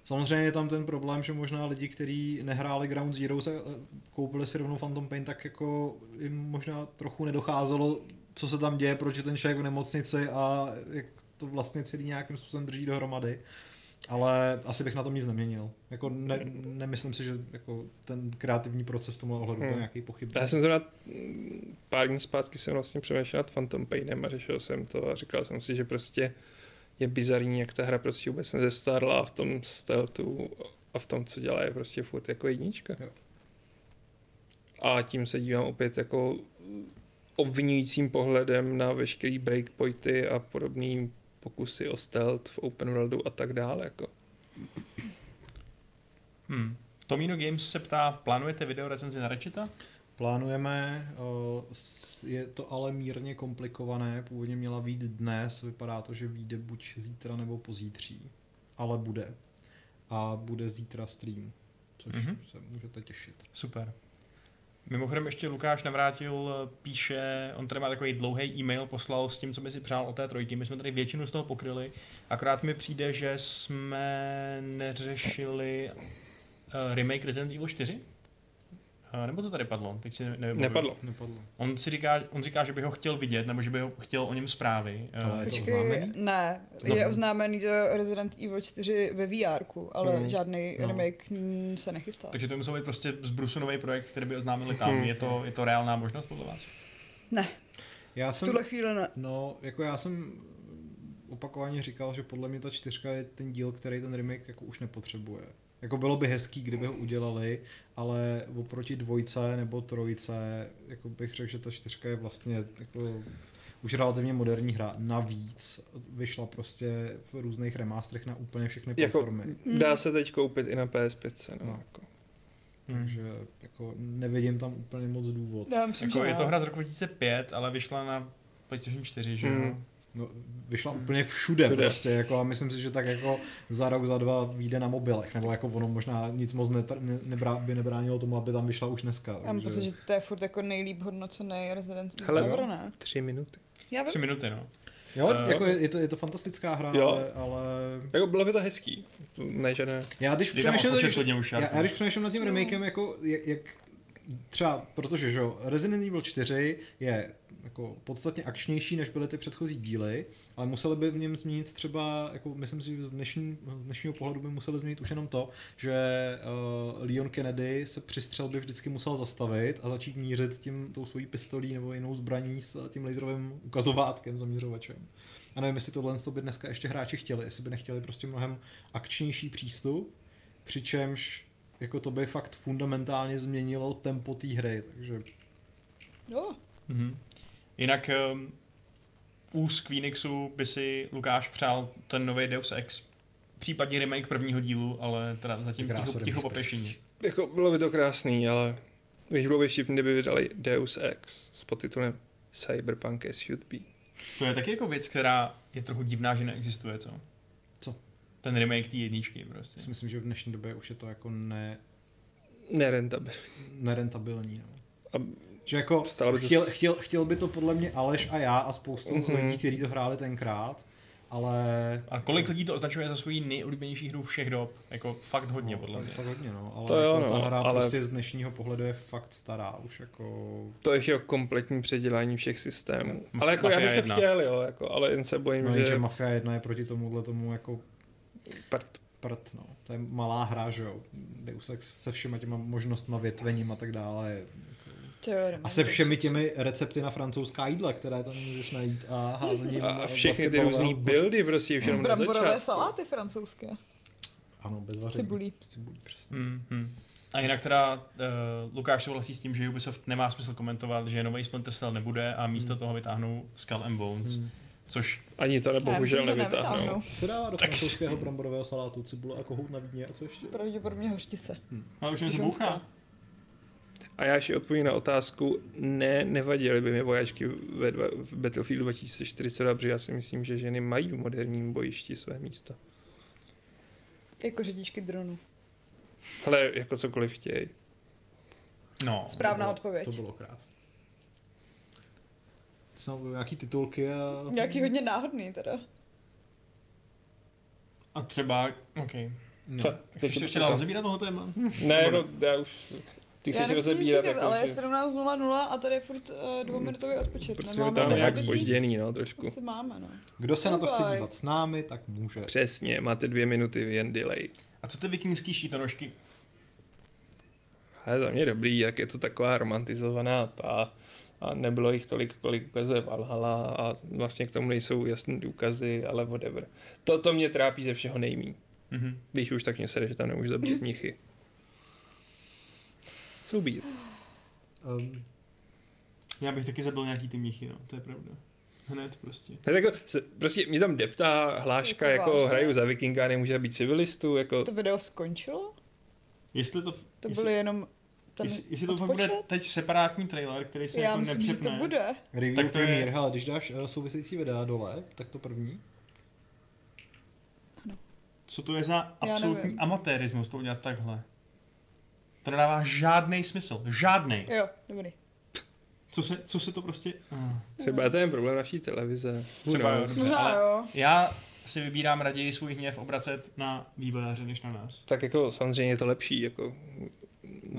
S3: samozřejmě je tam ten problém, že možná lidi, kteří nehráli Ground Zero a eh, koupili si rovnou Phantom Pain, tak jako jim možná trochu nedocházelo, co se tam děje, proč je ten člověk v nemocnici a jak to vlastně celý nějakým způsobem drží dohromady. Ale asi bych na tom nic neměnil. Jako ne, nemyslím si, že jako ten kreativní proces v tomhle ohledu byl
S2: Hmm.
S3: nějaký pochybný.
S2: Já jsem zrovna mm, pár dní zpátky jsem vlastně přemýšlel nad Phantom Painem a řešil jsem to a říkal jsem si, že prostě je bizarní, jak ta hra prostě vůbec nezestárla a v tom stealthu a v tom, co dělá, je prostě furt jako jednička.
S3: Jo.
S2: A tím se dívám opět jako obvinujícím pohledem na veškerý breakpointy a podobný pokusy o stealth v open worldu a tak dále. Jako.
S1: Hmm. Tomino Games se ptá, plánujete video recenzi na Ratcheta?
S3: Plánujeme, o, s- je to ale mírně komplikované, původně měla být dnes, vypadá to, že vyjde buď zítra nebo pozítří, ale bude. A bude zítra stream, což
S1: Mhm.
S3: se můžete těšit.
S1: Super. Mimochodem ještě Lukáš Navrátil eh, píše, on tady má takový dlouhý e-mail, poslal s tím, co by si přál o té trojky. My jsme tady většinu z toho pokryli, akorát mi přijde, že jsme neřešili eh, remake Resident Evil 4? Eh, Nebo to tady padlo? Teď si nevím.
S2: Nepadlo.
S3: Nepadlo.
S1: On, si říká, on říká, že by ho chtěl vidět, nebo že by ho chtěl o něm zprávy. Eh,
S3: Ale je to
S4: Počkej,
S3: oznámený?
S4: ne,
S3: No.
S4: je oznámený že Resident Evil 4 ve VR, ale
S2: Hmm.
S4: žádný
S3: No.
S4: remake mm, se nechystá.
S1: Takže to musel být prostě zbrusunový projekt, který by oznámili tam.
S2: Hmm.
S1: Je to, je to reálná možnost podle vás?
S4: Ne,
S3: Já
S4: v
S3: jsem,
S4: tuhle chvíli ne.
S3: no, jako já jsem opakovaně říkal, že podle mě ta čtyřka je ten díl, který ten remake jako už nepotřebuje. Jako bylo by hezký, kdyby ho udělali, ale oproti dvojce nebo trojce, jako bych řekl, že ta čtyřka je vlastně jako už relativně moderní hra. Navíc vyšla prostě v různých remástrech na úplně všechny
S2: Jako,
S3: platformy.
S2: dá se teď koupit i na PS5. No,
S3: No.
S2: Jako.
S3: Takže jako nevidím tam úplně moc důvod.
S4: Já myslím,
S1: Jako
S4: že
S1: je
S4: ne.
S1: to hra z roku 2005, ale vyšla na PlayStation 4, že jo?
S2: Hmm.
S3: No, vyšla úplně všude,
S2: Všude.
S3: všude prostě, jako a myslím si, že tak jako za rok, za dva vyjde na mobilech, nebo jako ono možná nic moc netr- ne, nebrá, by nebránilo tomu, aby tam vyšla už dneska.
S4: Já mám
S3: takže-
S4: pocit, že to je furt jako nejlíp hodnocený Resident Evil.
S2: Hele,
S4: Dobro,
S2: jo.
S4: ne?
S2: Tři minuty.
S4: Já
S1: Tři
S4: vím.
S1: minuty, no.
S3: Jo,
S1: Eh,
S3: jako je, je, to, je to fantastická hra,
S2: Jo.
S3: ale, ale,
S2: Jako bylo by to hezký. Ne, že ne.
S3: já když
S1: Je tam
S3: přemýšlím,
S1: odpočet
S3: když,
S1: hodně už,
S3: já,
S1: Jarku.
S3: já když přemýšlím nad tím remakem, jako jak, jak třeba, protože že jo, Resident Evil 4 je jako podstatně akčnější, než byly ty předchozí díly, ale museli by v něm změnit třeba, jako myslím si, že z, dnešní, z dnešního pohledu by museli změnit už jenom to, že uh, Leon Kennedy se při střelbě vždycky musel zastavit a začít mířit tím tou svojí pistolí nebo jinou zbraní s tím laserovým ukazovátkem, zaměřovačem. A nevím, jestli tohle to by dneska ještě hráči chtěli, jestli by nechtěli prostě mnohem akčnější přístup, přičemž jako to by fakt fundamentálně změnilo tempo té hry, takže
S4: Jo.
S1: Mhm. Jinak um, u Squeenixu by si Lukáš přál ten nový Deus Ex, případně remake prvního dílu, ale teda zatím
S3: Ty krása,
S1: ticho, ticho
S3: remake
S1: po pešíně.
S2: Jako bylo by to krásný, ale když bylo by vtipný, kdyby vydali Deus Ex s podtitulem Cyberpunk as should be.
S1: To je taky jako věc, která je trochu divná, že neexistuje, co?
S3: Co?
S1: Ten remake té jedničky prostě.
S3: si myslím, že v dnešní době už je to jako ne,
S2: Nerentabil.
S3: nerentabilní. No.
S2: A-
S3: Že jako
S2: Stále by to
S3: chtěl,
S2: s-
S3: chtěl, chtěl, by to podle mě Aleš a já a spoustu
S2: Mhm.
S3: lidí, kteří to hráli tenkrát, ale...
S1: A kolik lidí to označuje za svoji nejoblíbenější hru všech dob? Jako fakt hodně,
S3: no,
S1: podle
S3: fakt-
S1: mě.
S3: Fakt hodně, no. Ale
S2: To jo,
S3: jako
S2: no,
S3: ta hra
S2: ale-
S3: prostě z dnešního pohledu je fakt stará už jako...
S2: To je jeho kompletní předělání všech systémů.
S1: Maf-
S2: Ale jako já
S1: Mafia
S2: bych to
S1: jedna.
S2: chtěl, jo, jako, ale jen se bojím,
S3: No,
S2: že
S3: jenže Mafia 1 je proti tomuhle tomu jako
S2: part...
S3: prd, no. To je malá hra, že jo. Deus Ex se všema těma možnostma, větvením a tak dále.
S4: To je
S3: A
S4: remake.
S3: se všemi těmi recepty na francouzská jídla, které tam můžeš najít a házením
S2: a všechny ty
S3: basketbalového-
S2: různý buildy prostě už
S4: Hmm.
S2: jenom na
S4: Bramborové
S2: začátku.
S4: saláty francouzské.
S3: Ano, bez
S4: S
S3: vaření.
S4: cibulí.
S3: S cibulí, přesně.
S1: Mm-hmm. A jinak teda uh, Lukáš souhlasí s tím, že Ubisoft nemá smysl komentovat, že nový Splinter Cell nebude a místo toho vytáhnou Skull and Bones,
S3: Hmm.
S1: což
S2: Ani to
S4: Ne,
S2: bohužel
S4: myslím, že
S2: nevytáhnou.
S4: nevytáhnou.
S3: Co se dává do
S1: Tak-
S3: francouzského bramborového salátu? Cibule a kohout na víně a co ještě?
S4: Pravděpodobně hořtice.
S1: ale už mi se
S4: Ženská.
S1: bouchá.
S2: A já ještě odpovím na otázku, ne, nevadily by mi vojáčky ve dva, v Battlefieldu 2040, protože já si myslím, že ženy mají v moderním bojišti své místo.
S4: Jako řidičky dronu.
S2: Ale jako cokoliv chtějí.
S1: No.
S4: Správná
S3: To bylo-
S4: odpověď.
S3: To bylo krásné. Snad nějaký titulky a...
S4: Nějaký hodně náhodný teda.
S1: A třeba, OK.
S2: Co?
S1: Chceš to ještě dál rozebírat tohle téma?
S2: Ne, no, já už... Ty
S4: já
S2: chceš
S4: nechci nic
S2: rozebírat,
S4: říkat,
S2: jako,
S4: ale je
S2: že-
S4: 17.00 a tady je furt uh, dvouminutový odpočet.
S2: protože
S4: Nemáme
S2: tam
S4: moc
S2: nějak
S4: lidí.
S2: spožděný, no, trošku.
S4: Asi máme, no.
S3: Kdo se na to chce
S4: Bye.
S3: dívat s námi, tak může.
S2: Přesně, máte dvě minuty jen delay.
S1: A co ty vikingský šítonožky?
S2: Ale za mě dobrý, jak je to taková romantizovaná ta a nebylo jich tolik, kolik ukazuje Valhalla a vlastně k tomu nejsou jasné důkazy, ale whatever. To, to mě trápí ze všeho nejmín.
S1: Mhm.
S2: Když už tak mě sere, že tam nemůžu zabít mnichy. Soubít.
S3: Um,
S1: Já bych taky zabil nějaký ty mnichy, no, to je pravda. Hned prostě.
S2: Ne, tak se- prostě mě tam deptá hláška,
S4: Jako
S2: jako
S4: vážně?
S2: hraju za vikinga, nemůže být civilistů, jako...
S4: To video skončilo?
S1: Jestli to,
S4: To
S1: jestli,
S4: byl jenom ten
S1: jestli, jestli to fakt bude
S4: odpočet?
S1: teď separátní trailer, který se
S4: Já
S1: jako
S4: myslím, že to
S1: nepřepne.
S4: bude.
S3: review
S1: Tak
S3: tak
S1: to
S3: to
S1: je-
S3: premiér, hele, když dáš eh, související videa dole, tak to první.
S1: Co to je za absolutní
S4: nevím.
S1: amatérismus to udělat takhle? To nedává žádný smysl. Žádný.
S4: Jo, dobrý.
S1: Co se, co se to prostě... Ah.
S2: Třeba to je problém naší televize.
S1: Třeba jo,
S2: Who knows?
S1: Dobře, ale-
S4: Možná jo.
S1: Já si vybírám raději svůj hněv obracet na vývojáře, než na nás.
S2: Tak jako samozřejmě je to lepší, jako...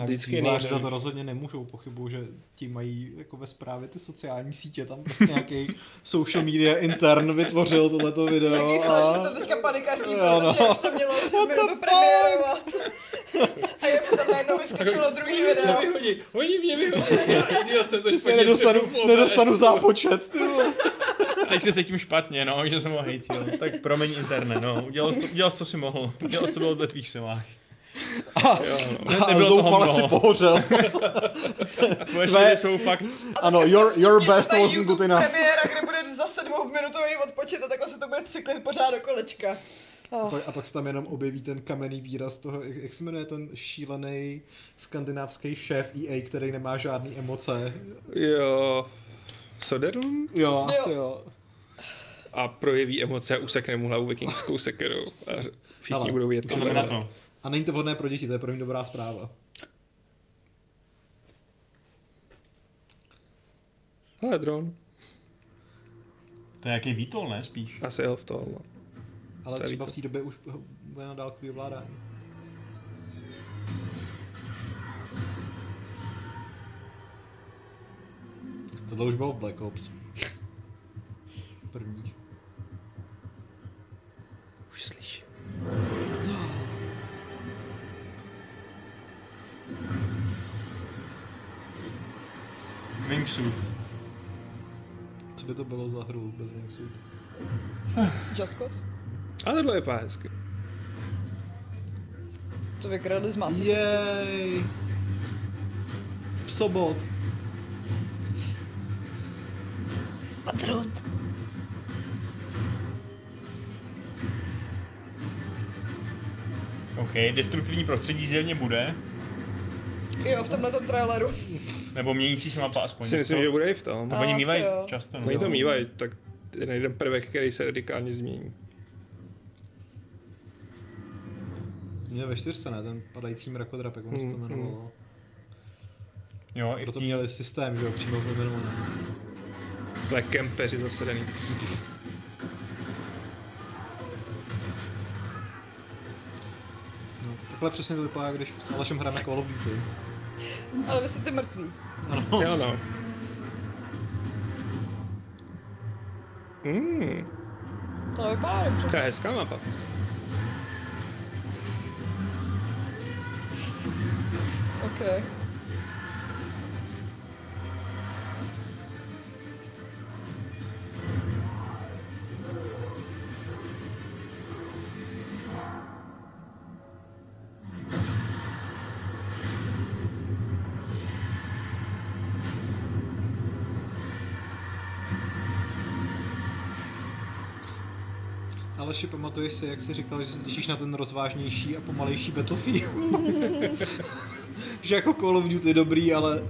S2: Vždycky
S3: Vývojáři
S2: nejde-
S3: za to rozhodně nemůžou, pochybuju, že ti mají jako ve zprávě ty sociální sítě, tam prostě nějaký social media intern vytvořil tohleto video.
S4: Taky
S3: a-
S4: slyšel, že jste teďka panikaří,
S3: Jo, no.
S4: protože jak už to mělo před minutu premiérovat. A jak tam najednou vyskočilo druhý video.
S2: Oni, oni mě vyhodí. jsem to
S3: Přesně nedostanu, nedostanu zápočet, ty vole.
S1: Teď se cítím špatně, no, že jsem ho hejtil. Tak promiň internet, no. Udělal jsi, to, udělal jsi, co jsi mohl. Udělal jsi, co bylo ve tvých silách.
S3: A,
S1: Ne-
S3: a
S1: nebylo toho
S3: zoufale
S1: mnoho.
S3: si pohořel.
S1: Tvoje
S3: Tvé-
S1: síly jsou fakt...
S3: Ano, your, your best wasn't good enough.
S4: Premiéra, kde bude zase dvouminutový odpočet a takhle se to bude cyklit pořád do kolečka.
S3: A pak, a pak se tam jenom objeví ten kamenný výraz toho, jak, jak se jmenuje ten šílený skandinávský šéf EA, který nemá žádný emoce.
S2: Jo. Soderlund?
S3: Jo, asi
S4: Jo.
S3: jo.
S2: A projeví emoce a usekne mu hlavu vikingskou sekerou. A ř- všichni
S3: Ale,
S2: budou vědět
S1: To jdeme na to.
S3: A není to vhodné pro děti, to je pro mě dobrá zpráva.
S2: Ale dron.
S1: To je jaký výtol, ne? Spíš.
S2: Asi jo, v no. tohle.
S3: Ale
S2: To je
S3: třeba
S2: víc.
S3: v té době už ho- bude na dálkový ovládání. Tohle už bylo v Black Ops. Prvních.
S2: Už slyším.
S1: Wingsuit.
S3: Co by to bylo za hru bez Wingsuit?
S4: Just Cause?
S2: Ale tohle vypadá hezky.
S4: To vykradli z masy.
S3: Jej! Psobot!
S4: Patron.
S1: OK, destruktivní prostředí zjevně bude.
S4: Jo, v tomhle traileru.
S1: Nebo měnící se mapa aspoň.
S2: Si myslím,
S1: To-
S2: že bude i v tom.
S1: to Oni
S4: Asi
S1: mývají
S4: jo.
S1: často. no.
S2: Oni to mývají, tak je jeden prvek, který se radikálně změní.
S3: Měl ve čtyřce, ne? Ten padající mrakodrap, jak ono se to
S2: Mm,
S3: jmenovalo.
S1: Jo, i v
S3: Proto
S1: tý...
S3: měli systém, že jo, přímo vyjmenovaný.
S2: Tle kempeři zasedený.
S3: No, takhle přesně to vypadá, když s Alešem hrajeme Call of Duty.
S4: Ale vy jste ty mrtví.
S2: Jo no. Mm,
S4: To vypadá dobře.
S2: to je hezká mapa.
S4: OK.
S3: Aleši, pamatuješ si, jak jsi říkal, že se těšíš na ten rozvážnější a pomalejší Battlefield? že jako Call of Duty je dobrý, ale...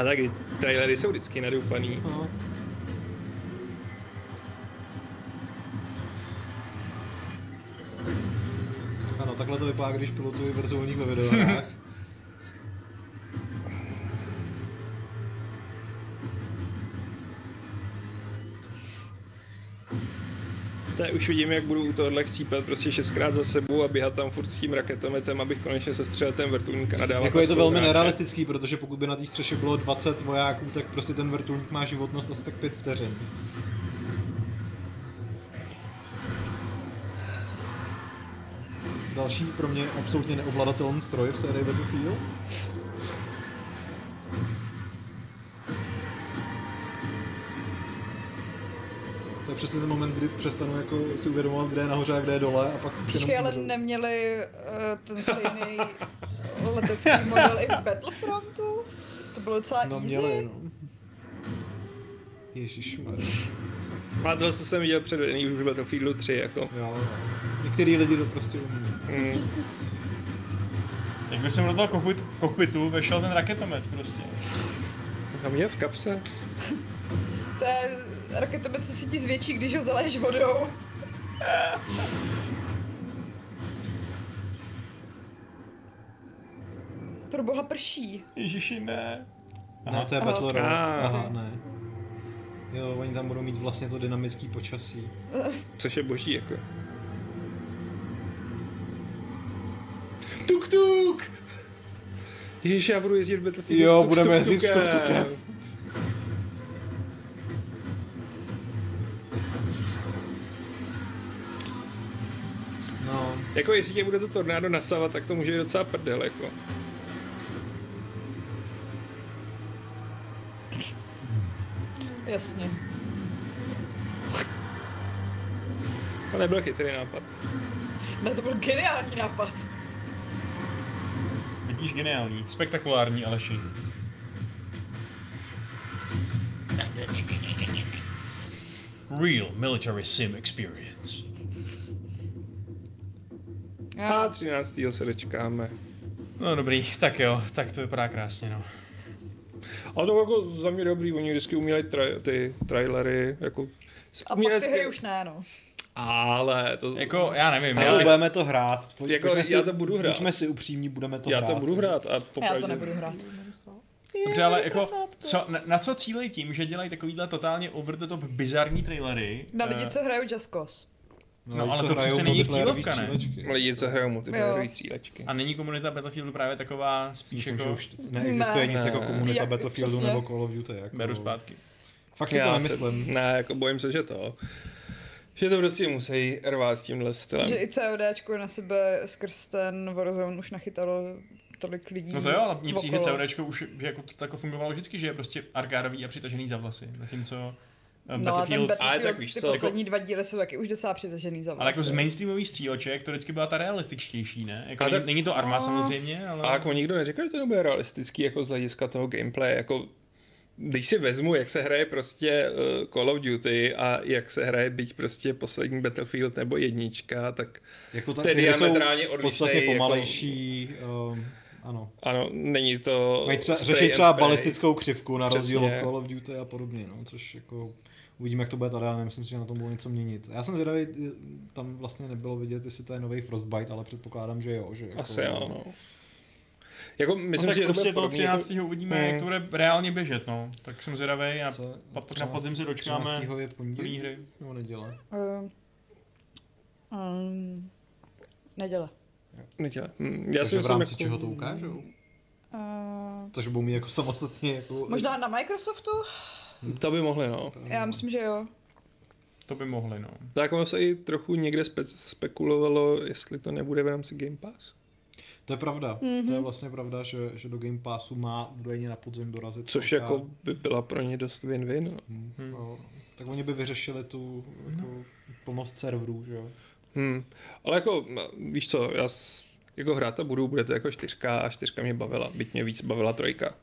S2: A taky trailery jsou vždycky nadoupaný.
S3: No. Ano, takhle to vypadá, když pilotuji vrtulník ve videohrách.
S2: Zase už vidím, jak budu u tohohle chcípat prostě šestkrát za sebou a běhat tam furt s tím raketometem, abych konečně sestřelil ten vrtulník a dával
S3: Jako je to velmi nerealistický, protože pokud by na té střeše bylo 20 vojáků, tak prostě ten vrtulník má životnost asi tak 5 vteřin. Další pro mě absolutně neovladatelný stroj v sérii Battlefield. To je přesně ten moment, kdy přestanu jako si uvědomovat, kde je nahoře a kde je dole a pak už jenom
S4: Počkej, ale
S3: umřu.
S4: neměli eh, ten stejný letecký model i v Battlefrontu? To bylo docela
S3: No
S4: easy.
S3: měli, no. Ježišmarja.
S2: A to, co jsem viděl předvedený už v Battlefieldu 3, jako.
S3: Jo, jo. Některý lidi to prostě umí.
S2: Mm.
S1: Tak když jsem do toho kokpit, kokpitu vešel ten raketomet prostě.
S2: A mě v kapse?
S4: To je raketomet, co si ti zvětší, když ho zaléješ vodou. Pro boha prší.
S1: Ježiši ne.
S3: Aha, No, to je
S4: Aha.
S3: Battle Royale.
S2: Ah.
S3: Aha, ne. Jo, oni tam budou mít vlastně to dynamický počasí.
S2: Což je boží, jako. Tuk tuk! Ježiš, já budu jezdit v Battlefieldu
S3: Jo,
S2: s tuk-
S3: budeme
S2: s
S3: jezdit s
S2: tuk-tukem.
S3: tuk-tukem. No,
S2: Jako jestli tě bude to tornádo nasávat, tak to může být docela prdel, jako.
S4: Jasně.
S2: To nebyl chytrý nápad.
S4: Ne, to byl geniální nápad.
S1: Vidíš geniální, spektakulární Aleši. Real military sim experience.
S4: No.
S2: A 13. se dočkáme.
S1: No dobrý, tak jo, tak to vypadá krásně no.
S2: A to jako za mě dobrý, oni vždycky uměli tra- ty trailery, jako...
S4: A pak ty
S2: umělecky-
S4: hry už ne, no.
S2: Ale to...
S1: Jako, já nevím,
S6: Ale
S1: já,
S6: budeme to hrát. Pojď,
S2: Jako,
S6: pojďme
S2: já to budu hrát.
S6: Buďme si upřímní, budeme to
S2: já
S6: hrát.
S2: to
S3: no.
S2: budu hrát a popravdě...
S4: Já to nebudu hrát.
S1: dobře, ale jako, co, na, na co cílej tím, že dělají takovýhle totálně over the top bizarní trailery?
S4: Na
S1: eh,
S4: lidi, co hrajou Just Cause.
S1: No, ale to přece není cílovka, ne?
S2: Lidi, co hrajou multiplayerový
S4: Jo.
S2: střílečky.
S1: A není komunita Battlefieldu právě taková spíš
S3: Myslím, že
S1: jako...
S3: už neexistuje
S4: Ne.
S3: nic jako
S2: no. Ne.
S3: komunita
S4: Jak-
S3: Battlefieldu
S4: přesně.
S3: nebo Call of Duty. Jako...
S1: Beru zpátky.
S3: Fakt si to nemyslím.
S2: Se, ne, jako bojím se, že to. Že to prostě musí rvát s tímhle stylem.
S4: Že i CODčko na sebe skrz ten Warzone už nachytalo tolik lidí.
S1: No to jo, ale mně přijde, že
S4: okolo.
S1: CODčko už že jako to tako fungovalo vždycky, že je prostě arkádový a přitažený za vlasy. Zatímco eh,
S4: No a ten
S1: Battlefield,
S2: ale tak
S4: Battlefield,
S2: víš
S4: ty
S2: co, jako-
S4: poslední dva díly jsou taky už docela přitažený za
S1: ale jako z
S4: vlasy.
S1: mainstreamových stříleček to vždycky byla ta realističtější, ne? Jako
S2: A
S1: není,
S2: tak-
S1: není to arma samozřejmě, ale...
S2: A jako nikdo neříká, že to nebude realistický jako z hlediska toho gameplay, jako když si vezmu, jak se hraje prostě eh, Call of Duty a jak se hraje byť prostě poslední Battlefield nebo jednička, tak
S3: Jako
S2: To je
S3: ty hry jsou
S2: diametrálně odlišnej,
S3: Podstatně
S2: jako-
S3: pomalejší. Um, ano.
S2: ano, není to...
S3: Mají třeba,
S2: spray
S3: řeší
S2: and
S3: třeba
S2: spray.
S3: balistickou křivku na rozdíl od
S2: Přesně.
S3: Call of Duty a podobně, no, což jako uvidíme, jak to bude tady, ale myslím si, že na tom budou něco měnit. Já jsem zvědavý, eh, tam vlastně nebylo vidět, jestli to je nový Frostbite, ale předpokládám, že jo. Že jako,
S2: Asi jo, no. Jako myslím,
S1: no, tak
S2: si, že to
S1: prostě
S2: bude
S1: toho
S2: podobně jako-
S1: 13. uvidíme,
S2: Hmm.
S1: jak to bude reálně běžet, no. Tak jsem zvědavý a
S3: Co-
S1: pak na podzim se
S3: 13.
S1: dočkáme
S3: 13.
S1: plný
S3: je pondělí
S1: hry.
S3: nebo neděle.
S4: Ehm, ehm, Neděle.
S2: Neděle. Hm, Já si
S3: Takže v
S2: myslím,
S3: rámci
S2: jako...
S3: čeho to ukážou?
S4: Ehm,
S3: To, že budou mít jako samostatně jako...
S4: Možná na Microsoftu?
S2: To by mohli, no.
S1: Hmm.
S4: Já myslím, že jo.
S1: To by mohli, no.
S2: Tak ono se i trochu někde spe- spekulovalo, jestli to nebude v rámci Game Pass.
S3: To je pravda. Mm-hmm. To je vlastně pravda, že, že do Game Passu má údajně na podzim dorazit.
S2: Což
S3: velká-
S2: jako by byla pro ně dost win-win. No.
S3: No, tak oni by vyřešili tu
S1: Mhm.
S3: jako, plnost serverů, že jo?
S2: Hmm. Ale jako, no, víš co, já s- jako hrát to budu, bude to jako čtyřka a čtyřka mě bavila, byť mě víc bavila trojka.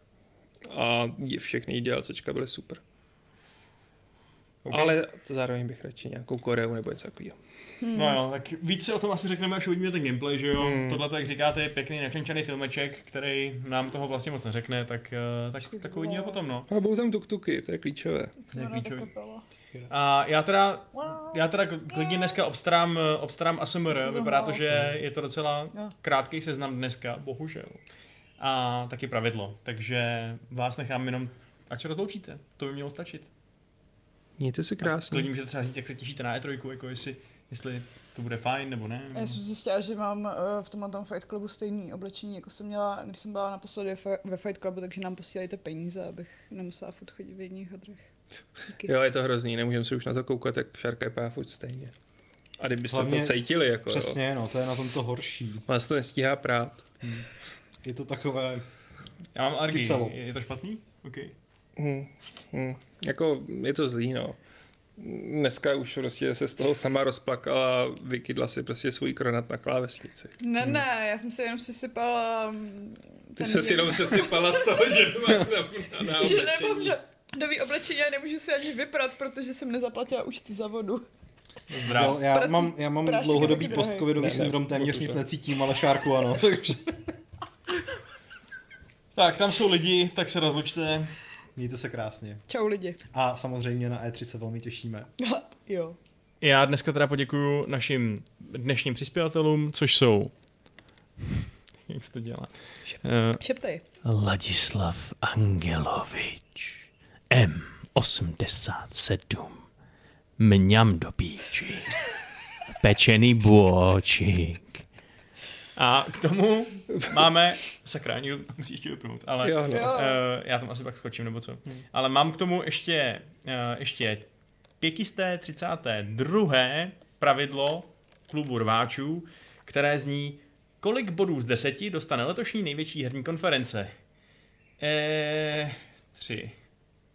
S2: A je- všechny její DLCčka byly super.
S1: Okay.
S2: Ale to zároveň bych radši nějakou Koreu nebo něco takového.
S1: No jo, tak víc si o tom asi řekneme, až uvidíme ten gameplay, že jo.
S2: Hmm.
S1: Tohle, jak říkáte, je pěkný nakřenčaný filmeček, který nám toho vlastně moc neřekne, tak, eh, tak, tak uvidíme potom, no.
S2: Ale budou tam tuktuky, to je klíčové.
S1: To je klíčový.
S4: kapela.
S1: A já teda, já teda klidně dneska obstarám, eh, obstarám ASMR, vypadá to, že je to docela krátký seznam dneska, bohužel. A taky pravidlo, takže vás nechám jenom, ať se rozloučíte, to by mělo stačit.
S2: Mějte se krásně.
S1: Klidně můžete třeba říct, jak se těšíte na E3, jako jestli jestli to bude fajn nebo ne.
S4: Já jsem zjistila, že mám eh, v tomhle tom Fight Clubu stejný oblečení, jako jsem měla, když jsem byla naposledy fe- ve Fight Clubu, takže nám posílejte peníze, abych nemusela furt chodit v jedních hadrech. Díky.
S2: Jo, je to hrozný, nemůžeme se už na to koukat, tak šarka je páfut stejně. A kdybyste
S5: Hlavně-
S2: to cítili, jako jo.
S5: Přesně, no, to je na tom to horší.
S2: Vás to nestíhá prát.
S5: Je to takové,
S1: Já mám argy,
S5: Kyselo.
S1: je, je to špatný? OK.
S2: Hm, hm. Jako je to zlý, no. Dneska už prostě se z toho sama rozplakala, vykydla si prostě svůj kronat na klávesnici.
S4: Ne, ne, já jsem se jenom sesypala... mm,
S2: Hmm. Ty
S4: ten
S2: se si
S4: dě-
S2: jenom sesypala z toho, že nemáš na, na, na
S4: že
S2: oblečení.
S4: nemám do, nový oblečení a nemůžu si ani vyprat, protože jsem nezaplatila účty za vodu.
S1: Zdrav.
S5: jo, já
S4: Prací-
S5: mám, já mám
S4: prášek
S5: dlouhodobý
S4: je taky drahý.
S5: postcovidový
S2: Ne, ne,
S5: syndrom, téměř
S2: určitě.
S5: nic necítím, ale šárku ano. Takže
S1: Tak, tam jsou lidi, tak se rozlučte.
S5: mějte se krásně.
S4: Čau lidi.
S5: A samozřejmě na E3 se velmi těšíme.
S4: jo.
S1: Já dneska teda poděkuju našim dnešním přispěvatelům, což jsou... Jak se to dělá? Eh,
S4: Šeptej.
S7: Ladislav Angelovič M87 Mňam do píči Pečený bůčík
S1: A k tomu máme, sakra, ani to musí ještě vypnout, ale
S2: Jo, no. Hmm.
S4: Jo.
S1: uh, já tam asi pak skočím, nebo co. Ale mám k tomu ještě, uh, ještě 532. pravidlo klubu rváčů, které zní, kolik bodů z deseti dostane letošní největší herní konference. Eh, tři.